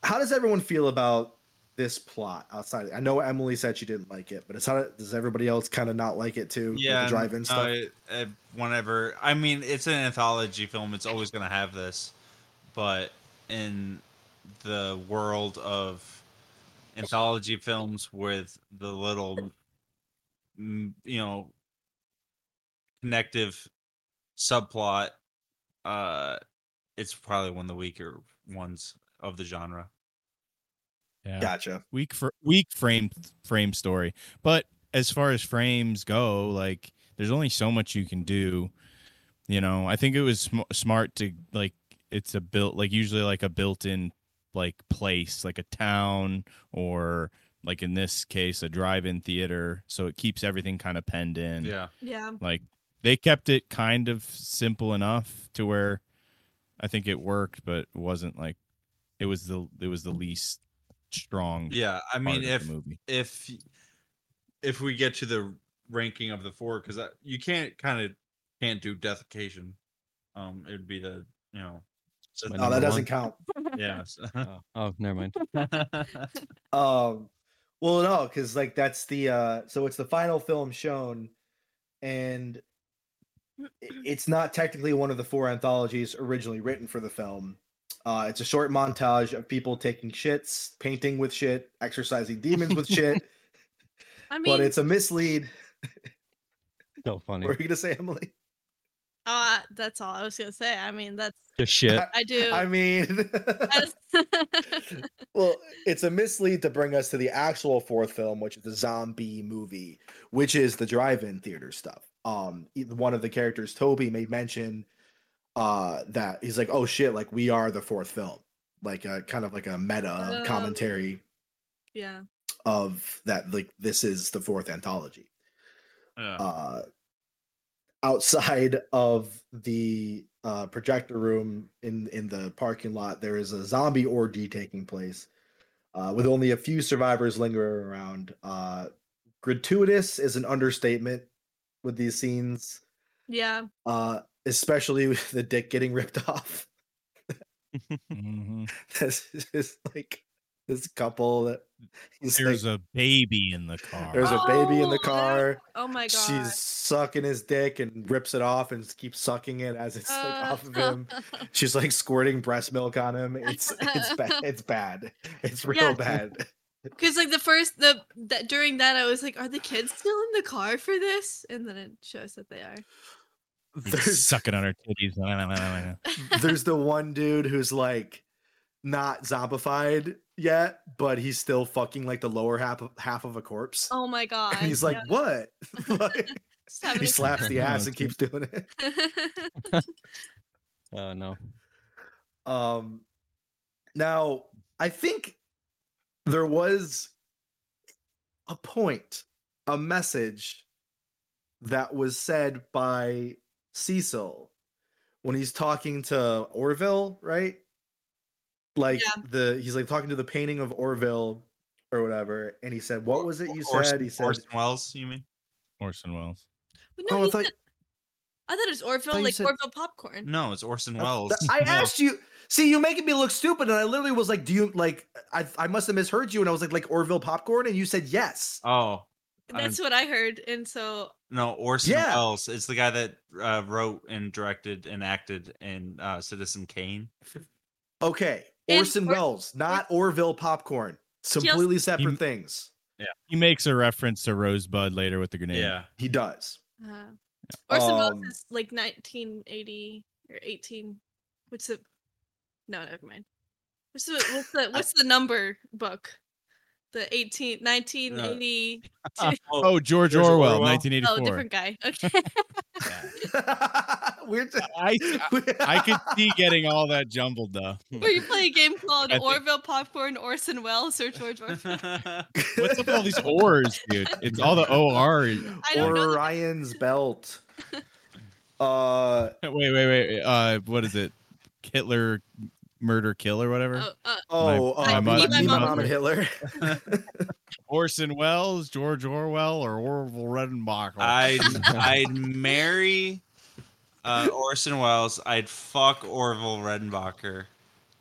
how does everyone feel about this plot outside? I know Emily said she didn't like it, but it's how does everybody else kind of not like it too? with
Yeah,
the drive-in
no,
stuff.
it- it- whenever I mean, it's an anthology film. It's always going to have this, but in the world of anthology films with the little, mm, you know, connective subplot, uh, it's probably one of the weaker ones of the genre.
Yeah.
Gotcha.
Weak for weak frame frame story. But as far as frames go, like there's only so much you can do. You know, I think it was sm- smart to like it's a built like usually like a built-in like place, like a town or like in this case a drive-in theater, so it keeps everything kind of penned in.
Yeah.
Like they kept it kind of simple enough to where I think it worked, but it wasn't like it was the it was the least strong
yeah. I
part
mean,
of
if
the movie.
if if we get to the ranking of the four because you can't kind of can't do defecation um it would be the you know so-
My
Oh,
number one.
that doesn't count.
yeah so-
Oh, never mind.
Um, well, no, because like that's the uh, so it's the final film shown, and i- it's not technically one of the four anthologies originally written for the film. Uh, it's a short montage of people taking shits, painting with shit, exercising demons with shit,
I mean,
but it's a mislead.
So funny.
What are you gonna say, Emily?
uh, that's all I was gonna say. I mean, that's
The shit.
I do.
I mean, Well, it's a mislead to bring us to the actual fourth film, which is the zombie movie, which is the drive-in theater stuff. Um, e- one of the characters, Toby, made mention uh that he's like, "Oh shit! Like we are the fourth film," like a kind of like a meta
Oh.
commentary
yeah.
of that. Like this is the fourth anthology
yeah.
uh, outside of the uh, projector room in in the parking lot, there is a zombie orgy taking place, uh, with only a few survivors lingering around. Uh, gratuitous is an understatement with these scenes,
Yeah.
uh, especially with the dick getting ripped off.
Mhm.
this is just like this couple that he's
There's
like,
a baby in the car.
there's a baby in
Oh,
the
that-
car.
Oh my god.
she's sucking his dick and rips it off and keeps sucking it as it's like
Uh,
off of him. She's like squirting breast milk on him. It's it's bad. It's bad. It's real
Yeah.
bad.
Because like the first the that during that I was like, are the kids still in the car for this? And then it shows that they are.
There's
sucking on her titties.
there's the one dude who's like not zombified yet, but he's still fucking like the lower half of, half of a corpse.
Oh my god.
and he's like,
yeah,
"What?" Like,
just having
he
a-
slaps the
No,
ass
it's
and
good.
keeps doing it.
Oh no.
Um, now I think there was a point, a message that was said by Cecil, when he's talking to Orville, right? Like the he's like talking to the painting of Orville or whatever, and he said, "What was it you said?" He said,
Orson Welles, you mean?
Orson Welles.
But no,
"Oh, I
he
thought-
said- I thought it was Orville,
you
like
said-
Orville popcorn.
No, it's Orson
Uh,
Welles.
th- I asked you. See, you making me look stupid, and I literally was like, "Do you like?" I I must have misheard you, and I was like, "Like Orville popcorn," and you said yes.
Oh I'm-
That's what I heard, and so
no, Orson
Yeah.
Welles is the guy that uh, wrote and directed and acted in uh, Citizen Kane.
Okay,
And
Orson
Or-
Welles, not Orville popcorn. It's
He also-
Completely separate
He-
things.
He makes a reference to Rosebud later with the grenade.
He does.
uh, Orson Welles
Um,
is like 1980 or 18. What's it? No, never mind. What's the what's the what's the number book? The 18 1980.
Oh, George,
George Orwell.
Orwell,
Oh,
1984.
different guy. Okay.
We're just,
I I could see getting all that jumbled though.
Where you play a game called
I think-
Orville Popcorn, Orson Welles, or George Orville.
What's up with all these ors, dude? It's all the or. Wait,
I don't know. that-
Orion's belt. Uh
wait, wait. Uh, what is it? Hitler, murder, kill, or whatever.
Oh, uh,
oh,
my
uh,
mo-
me,
my
me, my
mom-
mom and Hitler.
Orson Welles, George Orwell, or Orville Redenbacher.
I'd I'd marry uh, Orson Welles. I'd fuck Orville Redenbacher,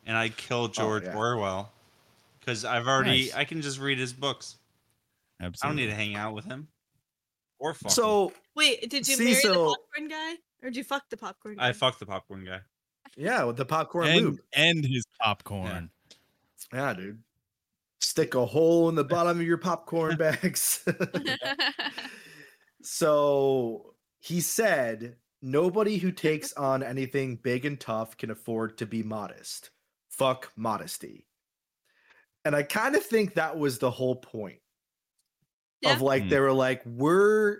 and I'd kill George
yeah.
Orwell because I've already
Nice.
I can just read his books. I don't
Absolutely.
need to hang out with him or fuck. him.
So
wait, did you marry the
Cecil-
popcorn guy, or did you fuck the popcorn guy?
I fucked the popcorn guy.
yeah, with the popcorn
and,
loop.
and his popcorn.
Yeah, dude. Stick a hole in the bottom of your popcorn bags. so he said, nobody who takes on anything big and tough can afford to be modest. Fuck modesty. And I kind of think that was the whole point
Yeah.
of like
Hmm.
they were like we're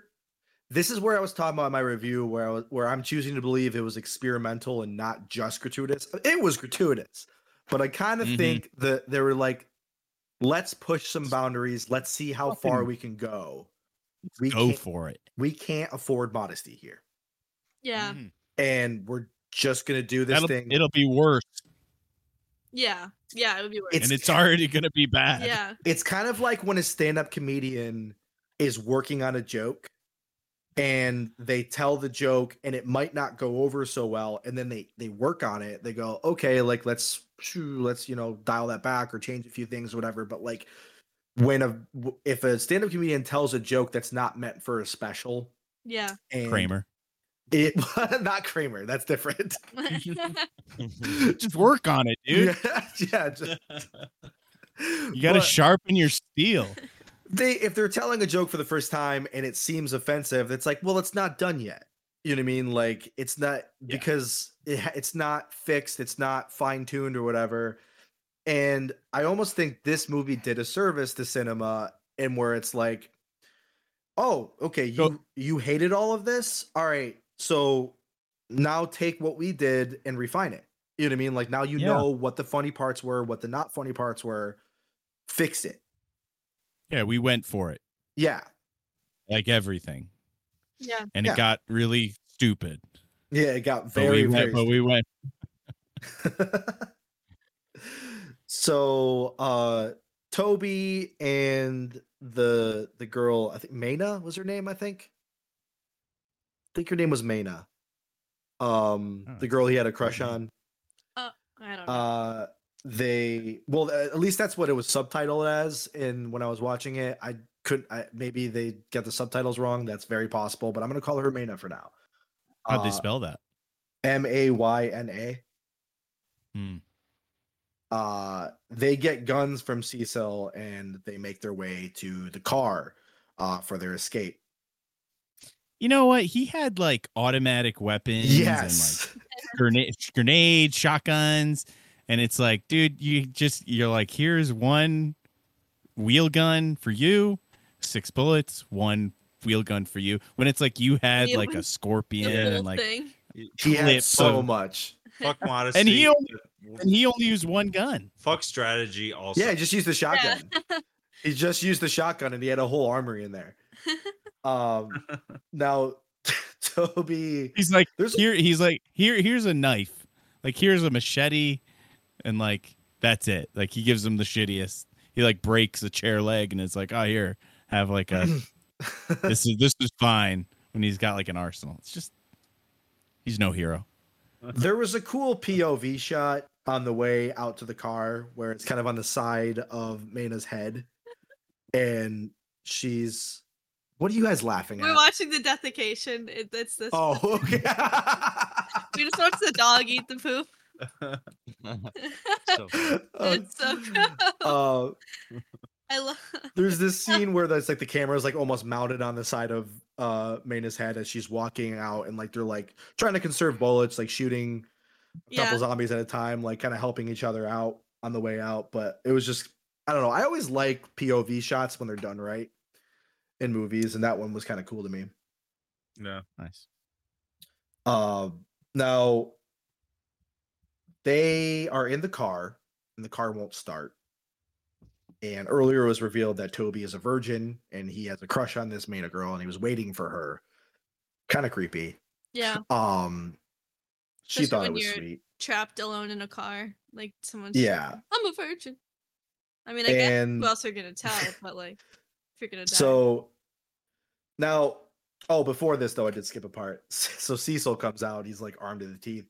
this is where I was talking about in my review where I was, where I'm choosing to believe it was experimental and not just gratuitous. It was gratuitous, but I kind of
Mhm.
think that they were like, let's push some boundaries. Let's see how far
Fucking-
we can go. We
Go
can't,
for it.
we can't afford modesty here,
yeah,
Hmm.
Mm.
and we're just gonna do this
That'll-
thing.
It'll be worse,
yeah, yeah. It would be worse.
It's-
and it's already gonna be bad.
yeah,
it's kind of like when a stand-up comedian is working on a joke and they tell the joke and it might not go over so well and then they they work on it they go okay like let's shoo, let's you know dial that back or change a few things whatever but like when a w- if a stand-up comedian tells a joke that's not meant for a special
yeah.
and
Kramer.
it not kramer that's different
Just work on it, dude.
yeah, yeah just-
You gotta
But-
sharpen your steel.
they if they're telling a joke for the first time and it seems offensive, it's like, well, it's not done yet. You know what I mean? Like it's not
Yeah.
because it, ha- it's not fixed, it's not fine tuned or whatever. And I almost think this movie did a service to cinema and where it's like, oh, okay, you
Go-
you hated all of this. All right, so now take what we did and refine it. You know what I mean? Like now you
Yeah.
know what the funny parts were, what the not funny parts were. Fix it.
Yeah, we went for it.
Yeah.
Like everything.
Yeah.
And
Yeah.
it got really stupid.
Yeah, it got
But
very,
we went,
very.
but we went
so uh Toby and the the girl, I think Maina was her name, I think. I think her name was Maina. Um
Oh,
the girl he had a crush on.
I don't know.
Uh they well a- at least that's what it was subtitled as and when I was watching it, I couldn't I, maybe they got the subtitles wrong. That's very possible, but I'm gonna call her Maina for now.
how'd they
Uh,
spell that?
M A Y N A.
Hmm.
Uh, they get guns from Cecil and they make their way to the car uh, for their escape.
You know what? He had like automatic weapons
Yes.
and like grenade, grenades, shotguns. And it's like, dude, you just, you're like, here's one wheel gun for you, six bullets, one wheel gun for you. When it's like you had
Yeah,
like
when-
a
The
scorpion
whole
and like,
thing.
he had
clip
so
of-
much.
Fuck modesty. Uh,
and he only, and he only used one gun.
fuck strategy. Also,
Yeah, he just used the shotgun. he just used the shotgun and he had a whole armory in there. Um, now, Toby.
He's like
There's-
here. He's like here. Here's a knife. Like here's a machete, and like that's it. Like he gives him the shittiest. He like breaks a chair leg, and it's like, oh here, have like a. this is this is fine when he's got like an arsenal. It's just he's no hero.
there was a cool POV shot on the way out to the car where it's kind of on the side of Mayna's head, and she's. What are you guys laughing
We're
at?
watching the defecation. It, it's this.
Oh, okay.
We just watched the dog eat the poop.
So funny.
it's so gross.
uh,
I love.
there's this scene where that's like the camera's like almost mounted on the side of uh Mayna's head as she's walking out and like they're like trying to conserve bullets, like shooting a
Yeah.
couple zombies at a time, like kind of helping each other out on the way out. But it was just I don't know. I always like POV shots when they're done right in movies, and that one was kind of cool to me.
Yeah.
Nice.
Um, now they are in the car, and the car won't start. And earlier it was revealed that Toby is a virgin and he has a crush on this Mana girl, and he was waiting for her. Kind of creepy.
Yeah.
Um, she
Especially
thought it
when
was
you're-
sweet,
Trapped alone in a car, like someone's.
yeah.
I'm a virgin. I mean, I guess
And
who else are gonna tell? But like, if you're gonna die.
so now, oh, before this though, I did skip a part. So Cecil comes out, he's like armed to the teeth,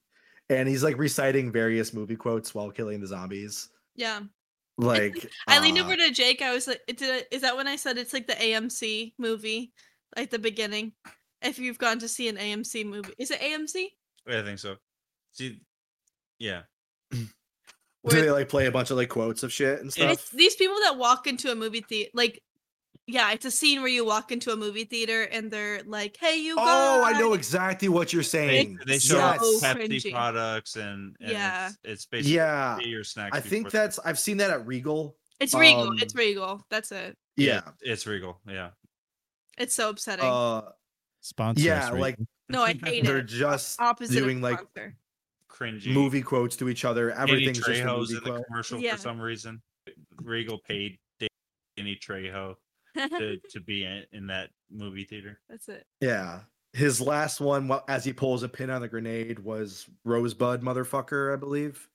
and he's like reciting various movie quotes while killing the zombies.
yeah.
Like
I leaned
uh,
over to Jake. I was like, "Did I, is that when I said it's like the AMC movie, like the beginning? If you've gone to see an AMC movie, is it AMC?
Yeah, I think so. See, yeah.
Do
Where-
they like play a bunch of like quotes of shit and stuff?
It's these people that walk into a movie theater, like, yeah, it's a scene where you walk into a movie theater and they're like, "Hey, you guys!"
oh, I know exactly what you're
They,
saying.
they show
Yes. so
Pepsi
cringy.
products and, and
Yeah.
it's, it's basically
yeah,
your snacks.
I think
before-
that's I've seen that at Regal.
It's Regal. it's
um,
Regal. That's it.
Yeah,
it's Regal. Yeah,
It's so upsetting.
uh,
Sponsor.
yeah, like
no, I hate
they're
it.
just
Opposite of
doing, like,
sponsor.
cringy
movie quotes to each other.
Danny
Everything's just a
Trejo's
movie
in the
quote.
commercial
Yeah.
for some reason. Regal paid Danny Trejo to, to be in, in that movie theater.
That's it.
Yeah, his last one wh- as he pulls a pin on the grenade was Rosebud, motherfucker, I believe.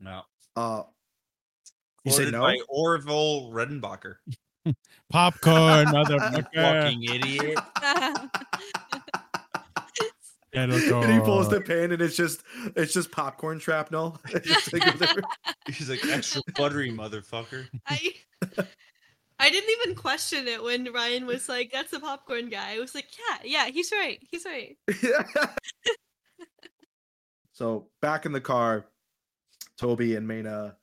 No,
Uh, you say
Quoted
no?
by Orville Redenbacher.
popcorn, motherfucker.
Fucking idiot.
And
And he pulls the pin, and it's just it's just popcorn shrapnel. It's just, like, whatever.
He's like extra buttery motherfucker.
I I didn't even question it when Ryan was like, "That's the popcorn guy." I was like, "Yeah, yeah, he's right. He's right."
so back in the car, Toby and Mena,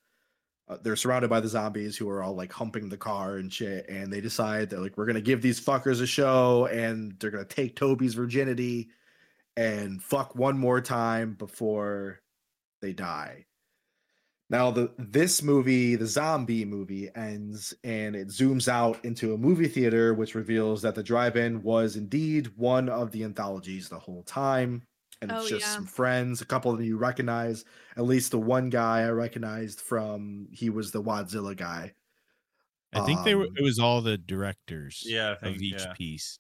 uh, they're surrounded by the zombies who are all like humping the car and shit. And they decide that like we're gonna give these fuckers a show, and they're gonna take Toby's virginity and fuck one more time before they die. Now the this movie, the zombie movie, ends and it zooms out into a movie theater, which reveals that the drive-in was indeed one of the anthologies the whole time. And it's
Oh,
just
yeah.
some friends, a couple that you recognize. At least the one guy I recognized from he was the Wadzilla guy.
I think they were.
um,
It was all the directors.
Yeah, I think,
of each
yeah.
piece,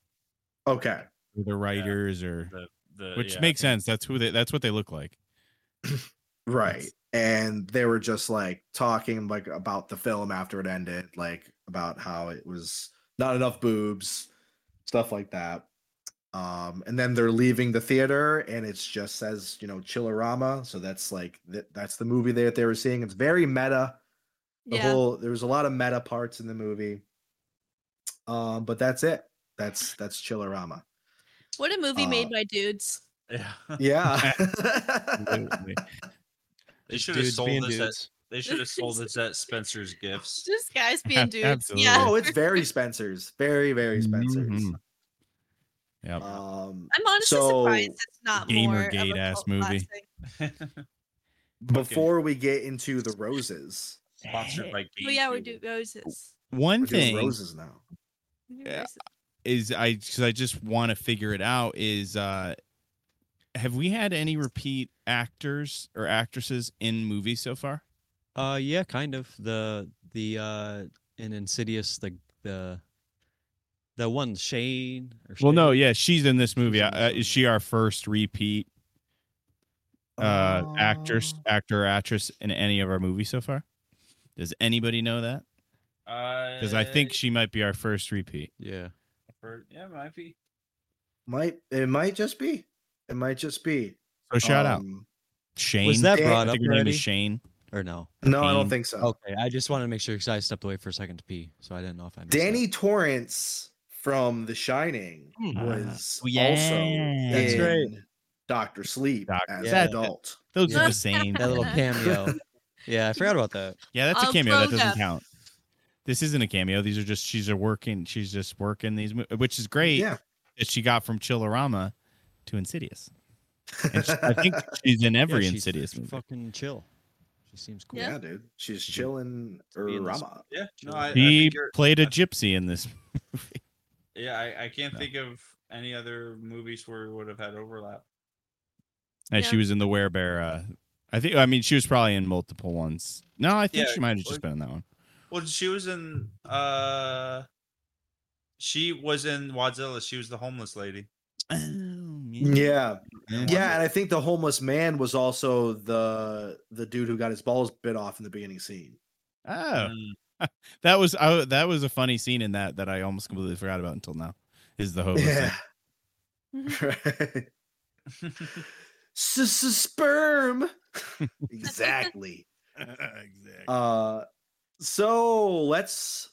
Okay.
or the writers, or
The, the,
which
yeah, I
makes
think-
sense. That's who they. That's what they look like.
Right. And they were just like talking like about the film after it ended, like about how it was not enough boobs, stuff like that. Um, and then they're leaving the theater and it's just says, you know, Chillerama. So that's like th- that's the movie that they were seeing. It's very meta. The
Yeah.
whole there was a lot of meta parts in the movie. Um, but that's it. That's that's Chillerama.
What a movie
Uh,
made by dudes.
Yeah.
Yeah.
They should have
Dudes
sold
being
this at
dudes.
they should have sold this at Spencer's Gifts.
Just guys being dudes.
Absolutely.
Yeah.
oh, it's very Spencer's. Very, very Spencer's.
Mhm. Yep.
Uh,
Um,
I'm honestly surprised
so,
it's not more of a
Gamergate ass
cult
movie.
classic.
before we get into the roses,
Sponsored by
Oh yeah, we
GameCube.
do roses.
One
we're doing
thing
roses now.
We do
Yeah.
roses.
is I because I just want to figure it out is uh have we had any repeat actors or actresses in movies so far?
Uh, yeah, kind of the the uh in Insidious the the the one Shane. Or
Well,
Shane?
no, yeah, she's in this movie. Uh, is she our first repeat uh, actress, actor, actress in any of our movies so far? Does anybody know that? Because I
Uh,
think she might be our first repeat.
Yeah.
yeah, might be.
Might it might just be. It might just be.
So shout out
Um,
Shane.
Was that
Yeah.
brought
I
up
think her name
already?
is Shane.
or no?
No, I don't
Peen.
think so.
Okay, I just wanted to make sure because I stepped away for a second to pee, so I didn't know if I. missed that.
Danny Torrance from The Shining was
Ah, yeah.
also
That's
in
right.
Doctor Sleep
Doctor-
as
Yeah.
an adult.
Those
Yeah.
are the same.
that little cameo. yeah, I forgot about that.
Yeah, that's a
All
cameo. That
grown
doesn't
up.
count. This isn't a cameo. These are just she's a working. She's just working these, mo- which is great.
Yeah.
that she got from Chillerama to Insidious. And she- I think she's in every
Yeah, she's
Insidious movie.
Fucking chill. She seems cool.
Yeah.
yeah, dude, she's chilling.
be in this-
Rama.
Yeah, no, I, I
He
think you're-
played a gypsy in this.
yeah, I, I can't
No.
think of any other movies where we would have had overlap.
And
Yeah.
she was in the Werebear. Uh, I think. I mean, she was probably in multiple ones. No, I think
Yeah,
she might have just
like-
been in that one.
Well, she was in. uh She was in Wadzilla. She was the homeless lady.
Yeah,
Oh,
Yeah.
yeah, and I think the homeless man was also the the dude who got his balls bit off in the beginning scene.
Oh,
Mm.
that was I, that was a funny scene in that that I almost completely forgot about until now. Is the hobo?
Yeah.
Yeah.
Right. Sperm. Exactly.
exactly.
Uh, so let's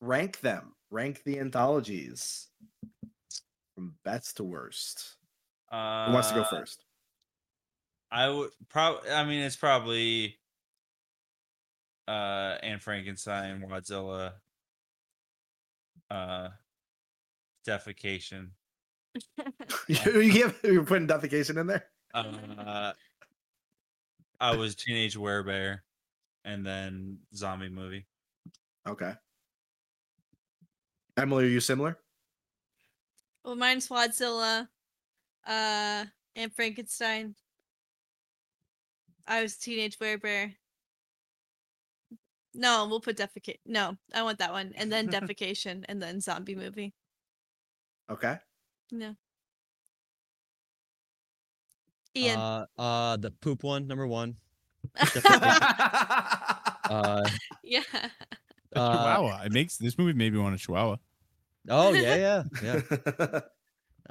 rank them. Rank the anthologies from best to worst.
Uh,
Who wants to go first?
I would probably. I mean, it's probably uh Anne Frankenstein, Wadzilla, uh, defecation.
you give, you're putting defecation in there.
Uh, I was teenage werebear, and then zombie movie.
Okay. Emily, are you similar?
Well, mine's Wadzilla, uh, and Frankenstein. I was teenage werebear. No, we'll put defecate. No, I want that one, and then defecation, and then zombie movie.
Okay.
No. Ian,
Uh, uh, the poop one, number one. Uh,
yeah,
uh,
Chihuahua. It makes this movie made me want a Chihuahua.
oh yeah, yeah, yeah.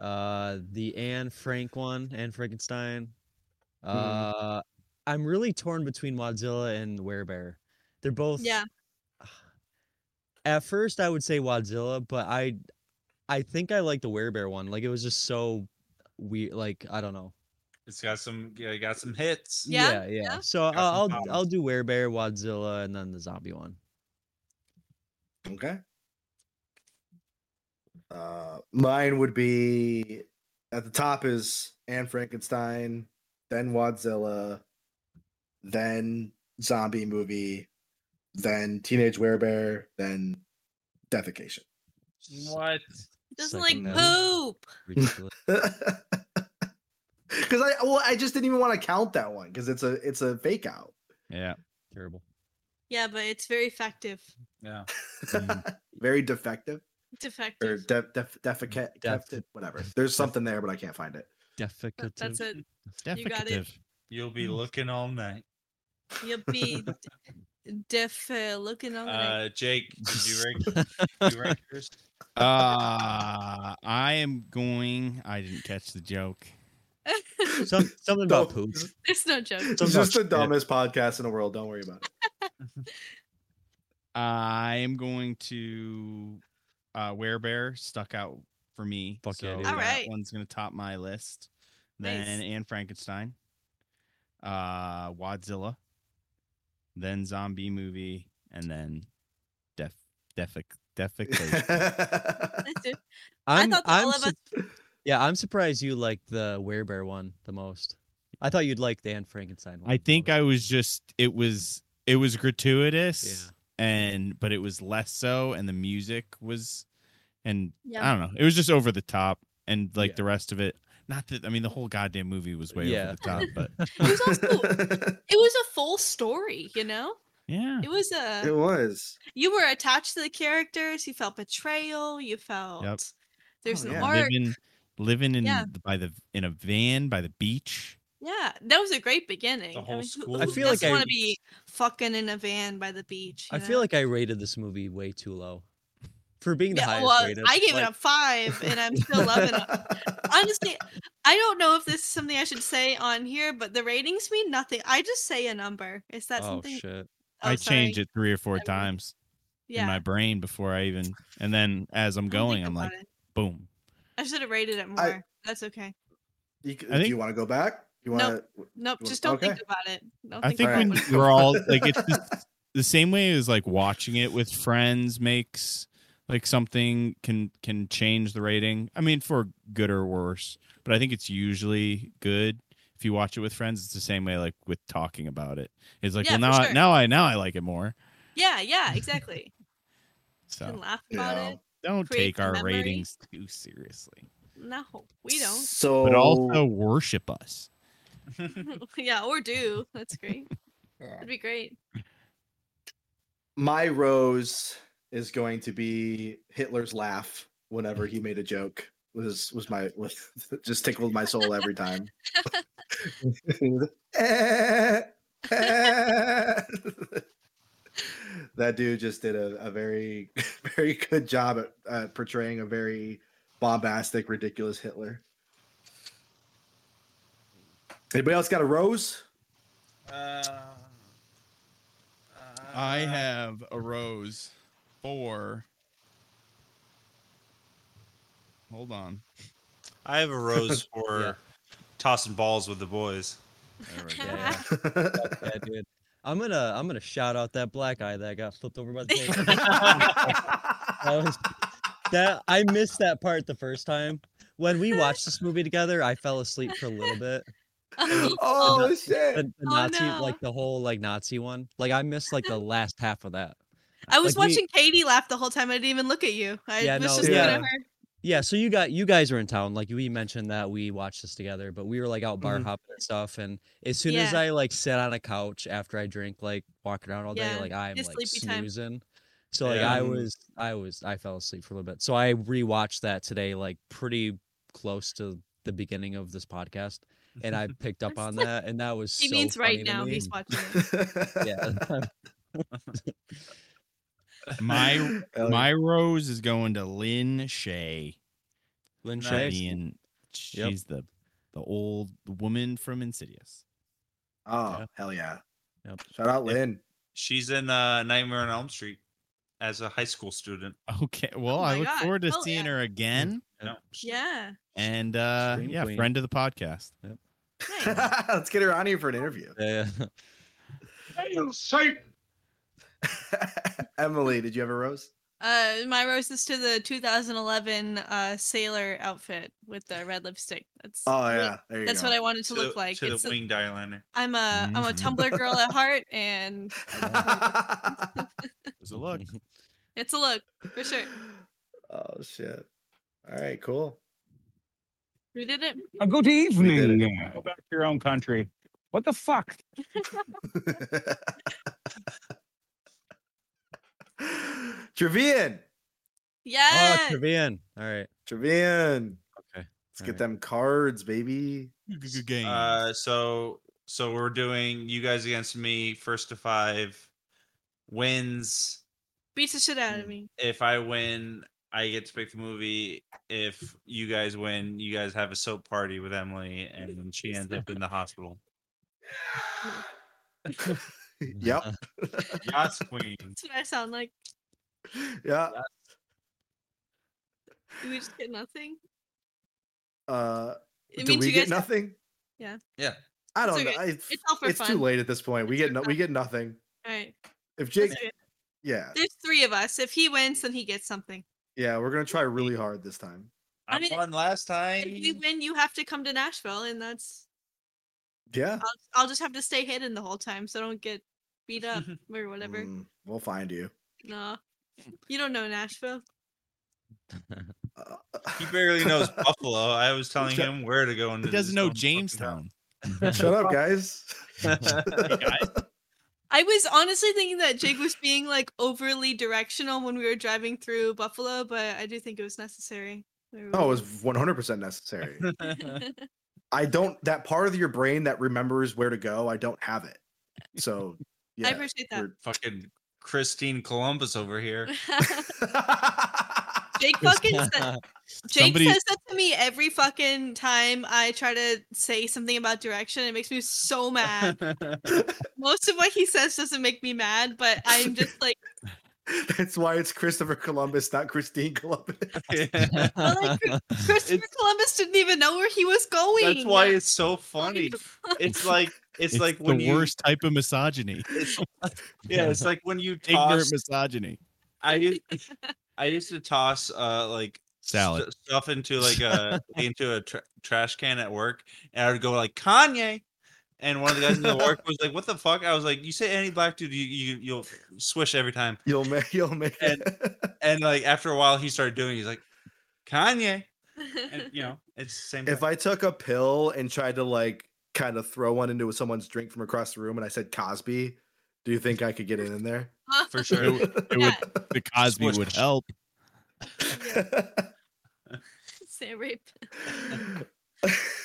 Uh, the Anne Frank one, Anne Frankenstein. Uh, I'm really torn between Wadzilla and Werebear. They're both.
yeah.
At first, I would say Wadzilla, but I, I think I like the Werebear one. Like it was just so weird. Like I don't know.
It's got some. Yeah, it got some hits.
Yeah,
yeah. So
Got
I'll
some
I'll,
problems.
I'll do Werebear, Wadzilla, and then the zombie one.
okay. Uh, mine would be at the top is Anne Frankenstein, then Wadzilla, then zombie movie, then teenage werebear, then defecation.
What?
Doesn't like
Second one.
poop.
Ridiculous.
Because I well, I just didn't even want to count that one because it's a it's a fake out.
Yeah.
Terrible.
Yeah, but it's very effective.
Yeah.
Very defective or
Er,
Defective.
def, def, defecate
Def-
defti- whatever. There's something there, but I can't find it.
Defecative.
That's it. You got it.
Defecative.
You'll be
Mm.
looking all night.
You'll be d- diff uh, looking on. Uh,
Uh, Jake, did you rank? did you rank yours?
Uh, I am going. I didn't catch the joke.
Some, something about poop.
Don't-
There's no joke.
It's
Some
just the
about shit.
dumbest podcast in the world. Don't worry about it.
I am going to uh Werebear stuck out for me.
Fuck yeah,
so
dude.
that
Alright.
one's gonna top my list. Then
Nice.
Anne Frankenstein. Uh Wadzilla. Then zombie movie. And then Def Defec Defecation.
That's it. I
I'm,
thought that
I'm
all of
sup- yeah, I'm surprised you like the Werebear one the most. I thought you'd like the Anne Frankenstein one.
I
the
think
most.
I was just it was it was gratuitous.
Yeah.
and but it was less so and the music was and
Yeah.
i don't know it was just over the top and like
Yeah.
the rest of it not that i mean the whole goddamn movie was way
Yeah.
over the top but
It was also it was a full story, you know.
Yeah.
It was a
It was.
you were attached to the characters. You felt betrayal. You felt there's
Oh,
no
yeah.
arc.
Living living in
Yeah.
the- by the in a van by the beach.
Yeah, that was a great beginning.
The whole
who-
school
who
I feel like
doesn't want
I-
to be fucking in a van by the beach.
I
you
feel
know?
like I rated this movie way too low. For being the
yeah,
highest
well,
rated.
I gave
like,
it a five, and I'm still loving it. Honestly, I don't know if this is something I should say on here, but the ratings mean nothing. I just say a number. Is that
Oh
something?
shit.
Oh,
I
sorry.
change it three or four
mean,
times
Yeah.
in my brain before I even and then as
I
I'm
didn't
going,
think
I'm
about
like,
it.
boom.
I should have rated it more. That's okay.
You, c-
I think-
do you want to go back? You
No.
want to?
Nope.
Well,
Just don't think
okay.
about it. Don't
I think
about
when
it.
Alright.
we're all like it's just the same way as like watching it with friends makes like something can can change the rating. I mean for good or worse, but I think it's usually good. If you watch it with friends, it's the same way like with talking about it. It's like,
Yeah,
well
for
now I,
sure.
now I now I like it more.
Yeah. Yeah. Exactly. You can
So
laugh about
Yeah.
it.
don't
create
take
the
our
memory.
ratings too seriously.
No, we don't.
So,
But also worship us.
yeah, or do. That's great. That'd be great.
my rose is going to be Hitler's laugh whenever he made a joke. Was was my was, just tickled my soul every time. Eh, that eh. dude just did a, a very very good job at uh, portraying a very bombastic, ridiculous Hitler. Anybody else got a rose?
Uh,
I have a rose for. Hold on.
I have a rose for
Yeah.
tossing balls with the boys.
There we go.
Yeah. Yeah, dude. I'm gonna I'm gonna shout out that black eye that got flipped over by the plane. that was that I missed that part the first time. When we watched this movie together, I fell asleep for a little bit.
oh shit!
The, the
Oh,
Nazi
no.
like the whole like Nazi one. Like I missed like the last half of that.
I was
like, we-
watching Katie laugh the whole time. I didn't even look at you. I
Yeah,
was
no,
just
yeah.
looking at her.
Yeah, so you got you guys are in town. Like we mentioned that we watched this together, but we were like out bar
Mhm.
hopping and stuff. And as soon as
Mm-hmm. Yeah.
I like sit on a couch after I drink, like walk around all day,
Yeah,
like I'm
it's
like
sleepy time.
snoozing. So like I
Yeah.
was I was I fell asleep for a little bit. So I rewatched that today, like pretty close to the beginning of this podcast, and I picked up on that, and that was
He
so
means
funny
right
to
now.
me.
He's watching it.
yeah.
My
Hell
My rose is going to Lynn Shay.
Lynn
Nice.
Shay.
Being, she's
Yep.
the the old woman from Insidious.
Oh,
Yeah.
hell yeah.
Yep.
Shout out
Yep.
Lynn.
She's in uh, Nightmare on Elm Street as a high school student.
Okay. Well,
my
I look
God.
forward to
Hell
seeing her again.
No.
Yeah.
And uh
Scream
yeah,
queen.
friend of the podcast.
Nice.
Let's get her on here for an
Oh,
interview.
Yeah. Oh,
Hail Satan!
Emily, did you have a rose?
Uh, my rose is to the 2011 uh, sailor outfit with the red lipstick. That's
Oh
what-
yeah, there you
That's
go.
what I wanted to,
the-
look like.
to
It's
the
a,
winged eyeliner.
I'm a am a
Mm-hmm.
Mhm.
Tumblr girl at heart, and
There's a look.
it's a look for sure.
Oh shit! All right, cool.
We did it.
good
evening.
Go back to your own country. What the fuck?
Trevian,
Yeah.
Oh, Trevian. All right.
Trevian.
Okay,
Let's get
alright.
them cards, baby.
Good game.
Uh, so so we're doing you guys against me first to five wins.
Beats the shit
Mm.
out of me.
If I win, I get to pick the movie. If you guys win, you guys have a soap party with Emily, and then she ends up in the hospital.
yep.
Yas Queen.
That's what I sound like.
Yeah.
Do we just get nothing?
Uh,
It
do
means
we
you
get
guys.
nothing?
Yeah.
Yeah.
I
It's
don't know.
okay.
I-
It's all for
it's
fun.
too late at this point. We
It's
get no, we get nothing.
All right.
If
let's
Jake,
do it.
yeah,
There's three of us. If he wins, then he gets something.
yeah, we're gonna try really hard this time.
I
I mean,
won last time.
If you win, you have to come to Nashville, and that's
Yeah,
I'll, I'll just have to stay hidden the whole time so I don't get beat up or whatever.
Mm, we'll find you.
No, you don't know Nashville.
Uh,
He barely knows Buffalo. I was telling him where to go. And
He doesn't know Jamestown.
Shut up, guys.
Hey, guys.
I was honestly thinking that Jake was being like overly directional when we were driving through Buffalo, but I do think it was necessary. We were-
Oh, it was 100% necessary.
I
I don't, that part of your brain that remembers where to go, I don't have it. So, yeah.
appreciate that.
Fucking Christine Columbus over here.
Jake fucking said, Jake
Somebody-
says that to me every fucking time I try to say something about direction. It makes me so mad. Most of what he says doesn't make me mad, but I'm just like,
That's why it's Christopher Columbus, not Christine Columbus.
well, like Christopher
It's-
Columbus didn't even know where he was going.
That's why it's so funny. It's like it's,
It's
like
the
when you
worst type of misogyny.
it's, yeah, it's like when you
Ignorant
toss.
misogyny.
I used, I used to toss uh like
Salad.
st- stuff into like a into a tr trash can at work, and I would go like Kanye, and one of the guys in the work was like, "What the fuck?" I was like, "You say any black dude, you, you you'll swish every time."
You'll make, you'll make
And- And like after a while, he started doing. it. He's like, "Kanye," and you know, it's the same.
If
thing.
I took a pill and tried to like kind of throw one into someone's drink from across the room and I said Cosby, do you think I could get it in there?
for sure.
It would, the Cosby
Smush.
would help.
Say rape.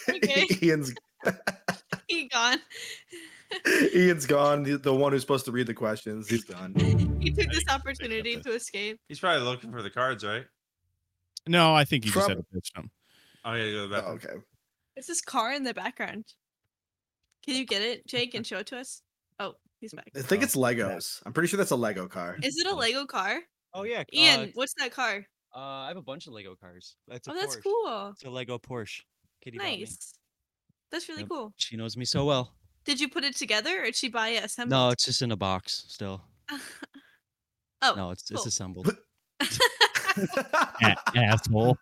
Okay.
Ian's
He gone.
Ian's gone. The, the one who's supposed to read the questions, he's gone.
He took this opportunity to escape.
He's probably looking for the cards, right?
No, I think he just
Prob-
had to pitch him.
I gotta go
Oh,
back.
okay.
There's this car in the background. Can you get it, Jake, and show it to us? Oh, he's back.
I think it's Legos. I'm pretty sure that's a Lego car.
Is it a Lego car?
Oh yeah,
Ian, what's that car?
Uh, I have a bunch of Lego cars. That's
Oh, that's cool.
It's a Lego Porsche. Kitty bought me.
Nice. That's really
Yep.
cool.
She knows me so well.
Did you put it together or did she buy it assembled?
No, it's just in a box still.
oh,
No, it's
cool.
it's assembled.
A- asshole.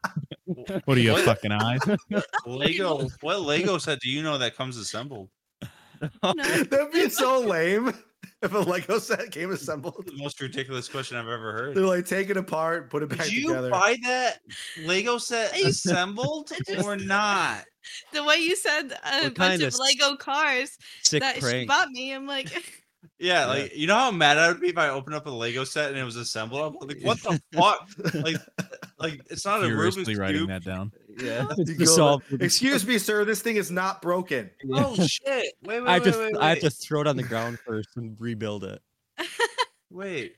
what are you, a
What?
fucking eyes?
Lego. What Lego set do you know that comes assembled?
no.
That'd be so lame if a Lego set came assembled.
The most ridiculous question I've ever heard.
They're like take it apart, put it back
Did you
together.
buy that Lego set
I-
assembled or not?
The way you said a
What
bunch
kind
of
of s-
Lego cars
Sick
that she
prank.
bought me, I'm like,
Yeah, like you know how mad I would be if I opened up a Lego set and it was assembled. I'm like, what the fuck? Like, like it's not a Rubik's
Furiously writing
cube.
that down.
Yeah.
You go
solve
over-
Rubik's-
Excuse me, sir. This thing is not broken.
Oh shit! Wait, wait,
I have
wait,
to
wait,
I have
wait.
to throw it on the ground first and rebuild it.
wait.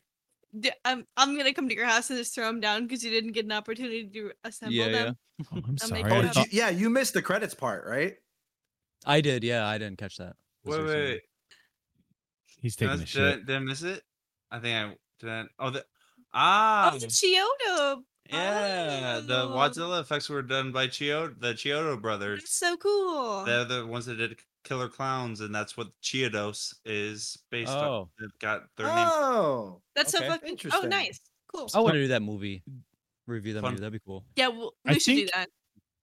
D- I'm, I'm going to come to your house and just throw them down because you didn't get an opportunity to assemble
Yeah, yeah.
them.
Oh, I'm
I'll make
sorry.
it
Oh,
I
up.
did
thought,
you, yeah, you missed the credits part, right?
I did, yeah. I didn't catch that.
Wait,
Was there
wait,
something-
wait.
he's
Did I,
taking a
did, I,
shit.
did I miss it? I think I did. I, oh, the, ah,
Oh, the Chiodo.
yeah. The
Oh,
Godzilla effects were done by Chiodo, the Chiodo brothers.
That's so cool.
They're the ones that did Killer Clowns, and that's what Chiodos is based on.
Oh.
They've got their name
Oh,
That's
okay. Oh.
so fucking Oh,
Interesting.
nice. Cool.
I want to do that movie. Review that
Fun.
movie. That'd be cool.
Yeah, well,
I
we should do
think-
that.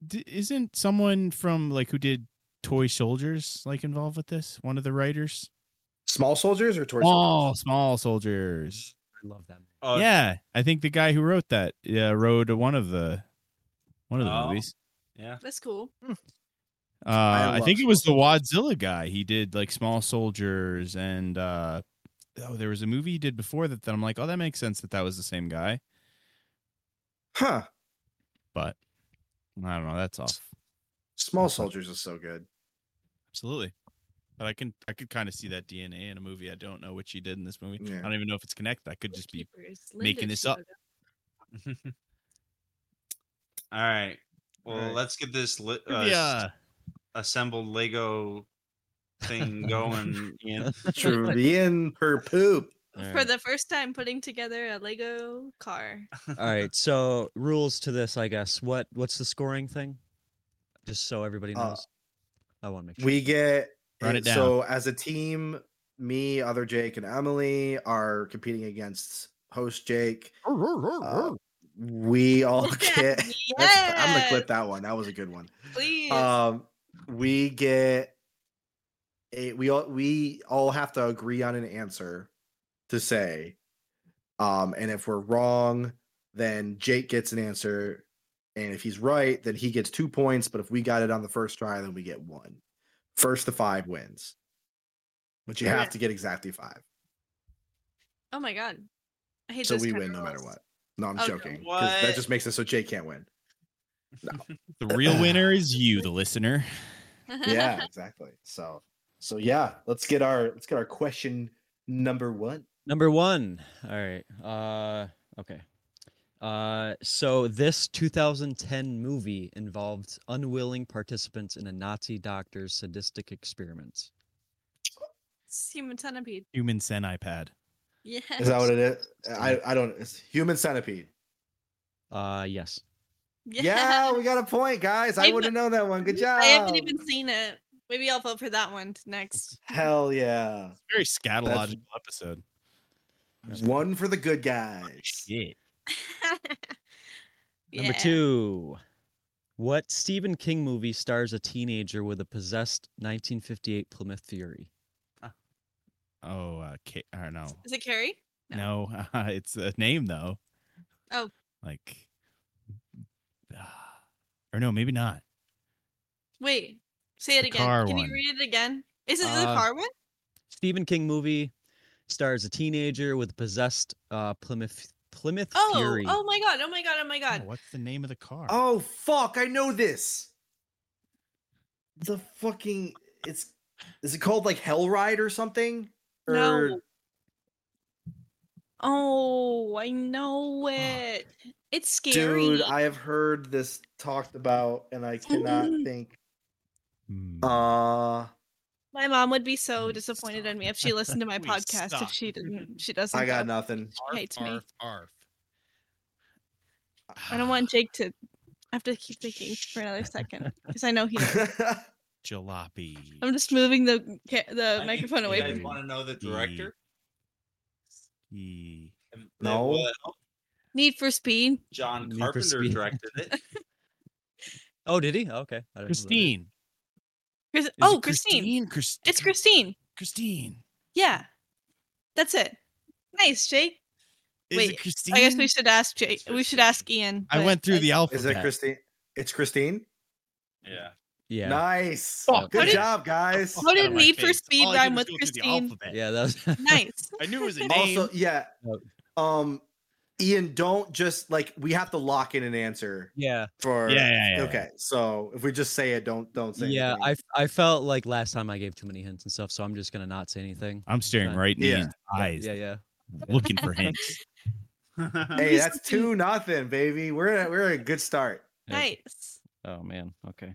D- isn't someone from like who did Toy Soldiers like involved with this? One of the writers?
small soldiers Uh, or toy
Small, small soldiers.
I love that. Movie.
Oh,
yeah, I think the guy who wrote that uh, wrote one of the one of the
Oh.
movies.
yeah.
That's cool.
Uh, I,
love
think it was the
Small
Wadzilla guy. He did like Small Soldiers and uh, oh, there was a movie he did before that. That I'm like, oh, that makes sense that that was the same guy.
Huh?
But I don't know. That's off.
Small soldiers is so good.
Absolutely. But I can I could kind of see that DNA in a movie. I don't know what she did in this movie.
Yeah.
I don't even know if it's connected. I could just be
Keepers,
making
Linda
this up.
Chiodo.
All right. Well,
Alright.
let's get this li- uh, s-
yeah.
assembled Lego thing going. Ian.
Trivian per poop.
All
For
right.
the first time, putting together a Lego car.
All right. So rules to this, I guess. What what's the scoring thing? Just so everybody
Uh,
knows. I want to make sure.
We get
Write it
So as a team, me, other Jake, and Emily are competing against host Jake. Uh, we all
Look at
get.
me.
that's- I'm gonna
Yes,
clip that one. That was a good one.
Please.
Um, we get a we all we all have to agree on an answer to say. Um, and if we're wrong, then Jake gets an answer, and if he's right, then he gets two points. But if we got it on the first try, then we get one. First to five wins, but you have to get exactly five.
Oh my god. I hate
so
those
we
kinda
win no matter
rules.
what. No, I'm
Okay.
joking. 'cause That
What?
just makes it so Jay can't win.
The real winner is you, the listener.
Yeah, exactly. So, so yeah, let's get our let's get our question number one.
Number one. All right. Uh, okay. Uh, so this 2010 movie involved unwilling participants in a Nazi doctor's sadistic experiments.
Human centipede.
Human centipede.
Yeah.
Is that what it is? I I don't. It's human centipede.
Uh, yes.
Yeah, we got a point, guys. I
Even-
wouldn't know that one. Good job.
I haven't even seen it. Maybe I'll vote for that one next.
Hell yeah!
Very scatological episode.
One for the good guys.
Shit.
Yeah.
Number two. What Stephen King movie stars a teenager with a possessed 1958 Plymouth Fury?
Oh, uh, K- or no,
Is it Carrie?
no, it's a name though.
Oh.
like, or no, maybe not.
Wait. Say it
the
again.
car
Can
one.
you read it again? Is it the
Uh,
car one?
Stephen King movie stars a teenager with a possessed uh, Plymouth Plymouth
Oh,
Fury.
oh my god, oh my god, oh my
Oh,
god.
what's the name of the car?
Oh fuck! I know this. The fucking it's is it called like Hell Ride or something? Or
No. Oh, I know it. It's scary.
dude, I have heard this talked about and I cannot think.
Hmm.
Uh
my mom would be so
Please
disappointed
Mm, stop.
in me if she listened to my
Please
podcast.
stop.
If she didn't, she doesn't.
I got
though.
nothing.
She hates me.
arf.
I don't want Jake to have to keep thinking for another second because I know he. knows.
jalopy.
I'm just moving the ca-
I
the
think
microphone away
You
from
guys
me.
want to know the
The-
director?
E-
And that
No.
was
Need for Speed.
John
Need for
Carpenter
Speed.
directed it.
Oh, did he? Oh, okay. I didn't know that.
Christine.
Chris-
Is
oh,
it
Christine.
Christine. Christ-
It's Christine.
Christine.
Yeah, that's it. Nice, Jake.
Is
Wait, I
it Christine?
I guess we should ask Jake. We should ask Ian.
I
but
went through
I-
the alphabet.
Is it Christine? It's Christine.
Yeah.
Yeah.
Nice.
Fuck,
how
Good
did-
job, guys.
How did
Outta my
Need for
face.
Speed
All I did
rhyme
was
with
go through the
Christine?
alphabet.
yeah, that was
Nice.
I knew it was a name.
Also, yeah.
Nope.
Oh.
Um Ian, don't just like we have to lock in an answer
Yeah,
for
yeah, yeah, yeah.
Okay. So if we just say it, don't don't say
yeah.
anything.
I f- I felt like last time I gave too many hints and stuff, so I'm just gonna not say anything.
I'm staring
Fine.
right in
Yeah.
Ian's eyes,
Yeah, yeah.
looking for hints.
Hey, that's two nothing, baby. We're at, we're at a good start.
Nice.
Oh man. Okay.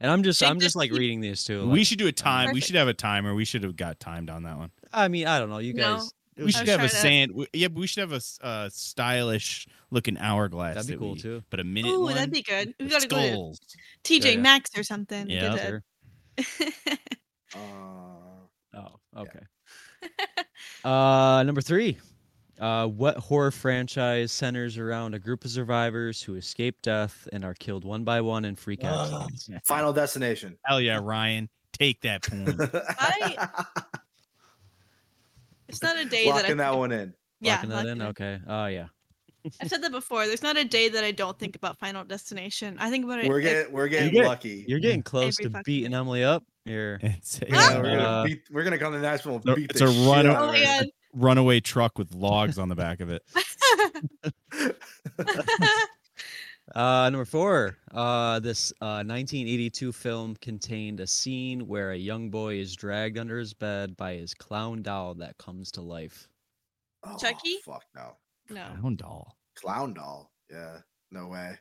And I'm just
Jake,
I'm just
did
like
you-
reading these too.
we should do a time. We
Perfect.
should have a timer. We should have got timed on that one.
I mean, I don't know. You
No.
guys. it
We
was
should
just
have
trying
a
to-
sand. we- Yeah, but we should have a s- uh, stylish looking hourglass.
That'd be
that
cool
we-
too.
But a minute.
Oh,
one
that'd be good. We
with
gotta go to
skulls.
TJ
yeah.
Maxx or something.
Yeah,
Get
Sure.
a-
Uh,
Oh, okay. uh, number three. Uh, what horror franchise centers around a group of survivors who escape death and are killed one by one and freak out?
Ugh.
zombies?
final destination.
Hell yeah, Ryan, take that point.
I- it's not a day that I
Locking
think
that
ab-
one in.
Yeah,
Locking that
lock
in.
it in.
Okay. Oh yeah.
I've said that before. There's not a day that I don't think about Final Destination. I think about it.
We're
ev-
getting we're getting
get-
lucky.
You're getting close
Every
to
fucking
beating Emily up. You're
it's a,
Yeah,
uh,
we're, gonna beat, we're gonna come to Nashville. and
no,
beat
it's
the
a
shit
run-
out
Oh
of
my
her.
god.
runaway truck with logs on the back of it.
Uh, number four. Uh, this uh, 1982 film contained a scene where a young boy is dragged under his bed by his clown doll that comes to life.
Oh,
Chucky?
Fuck no.
Oh.
No.
Clown doll.
Clown doll. Yeah. No way.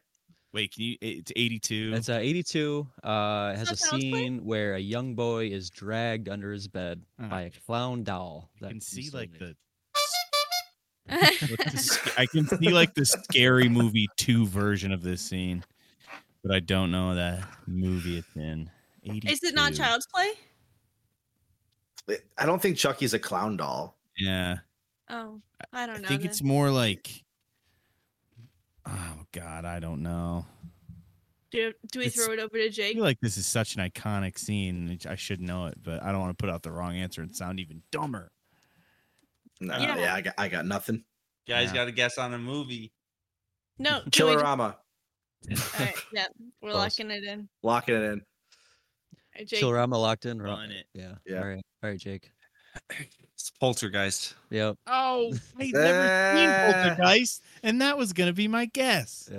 Wait, can you? It's 82.
It's uh, 82. Uh, it has a
That sounds like-
scene where a young boy is dragged under his bed
Ah.
by a clown doll.
I can
comes
see
to
like
life.
the. I can see like the scary movie two version of this scene, but I don't know that movie it's in. 82.
Is it not Child's Play?
It- I don't think Chucky's a clown doll.
Yeah.
Oh, I
I
don't know.
think
then.
it's more like. Oh God, I don't know.
do, do we
it's-
throw it over to
I
Jake?
feel like this is such an iconic scene. which I should know it, but I don't want to put out the wrong answer and sound even dumber.
No,
Yeah.
yeah, I got I got nothing.
Guys
Yeah.
got to guess on a movie.
No. do we-
Killerama.
All right, yeah, we're
Close.
locking it in. All
Locking it in.
right, Jake,
Chillerama locked in. Ro-
Run it.
Yeah.
Yeah.
All right. All right, Jake.
It's Poltergeist.
Yep.
Oh, I never seen Poltergeist, and that was gonna be my guess.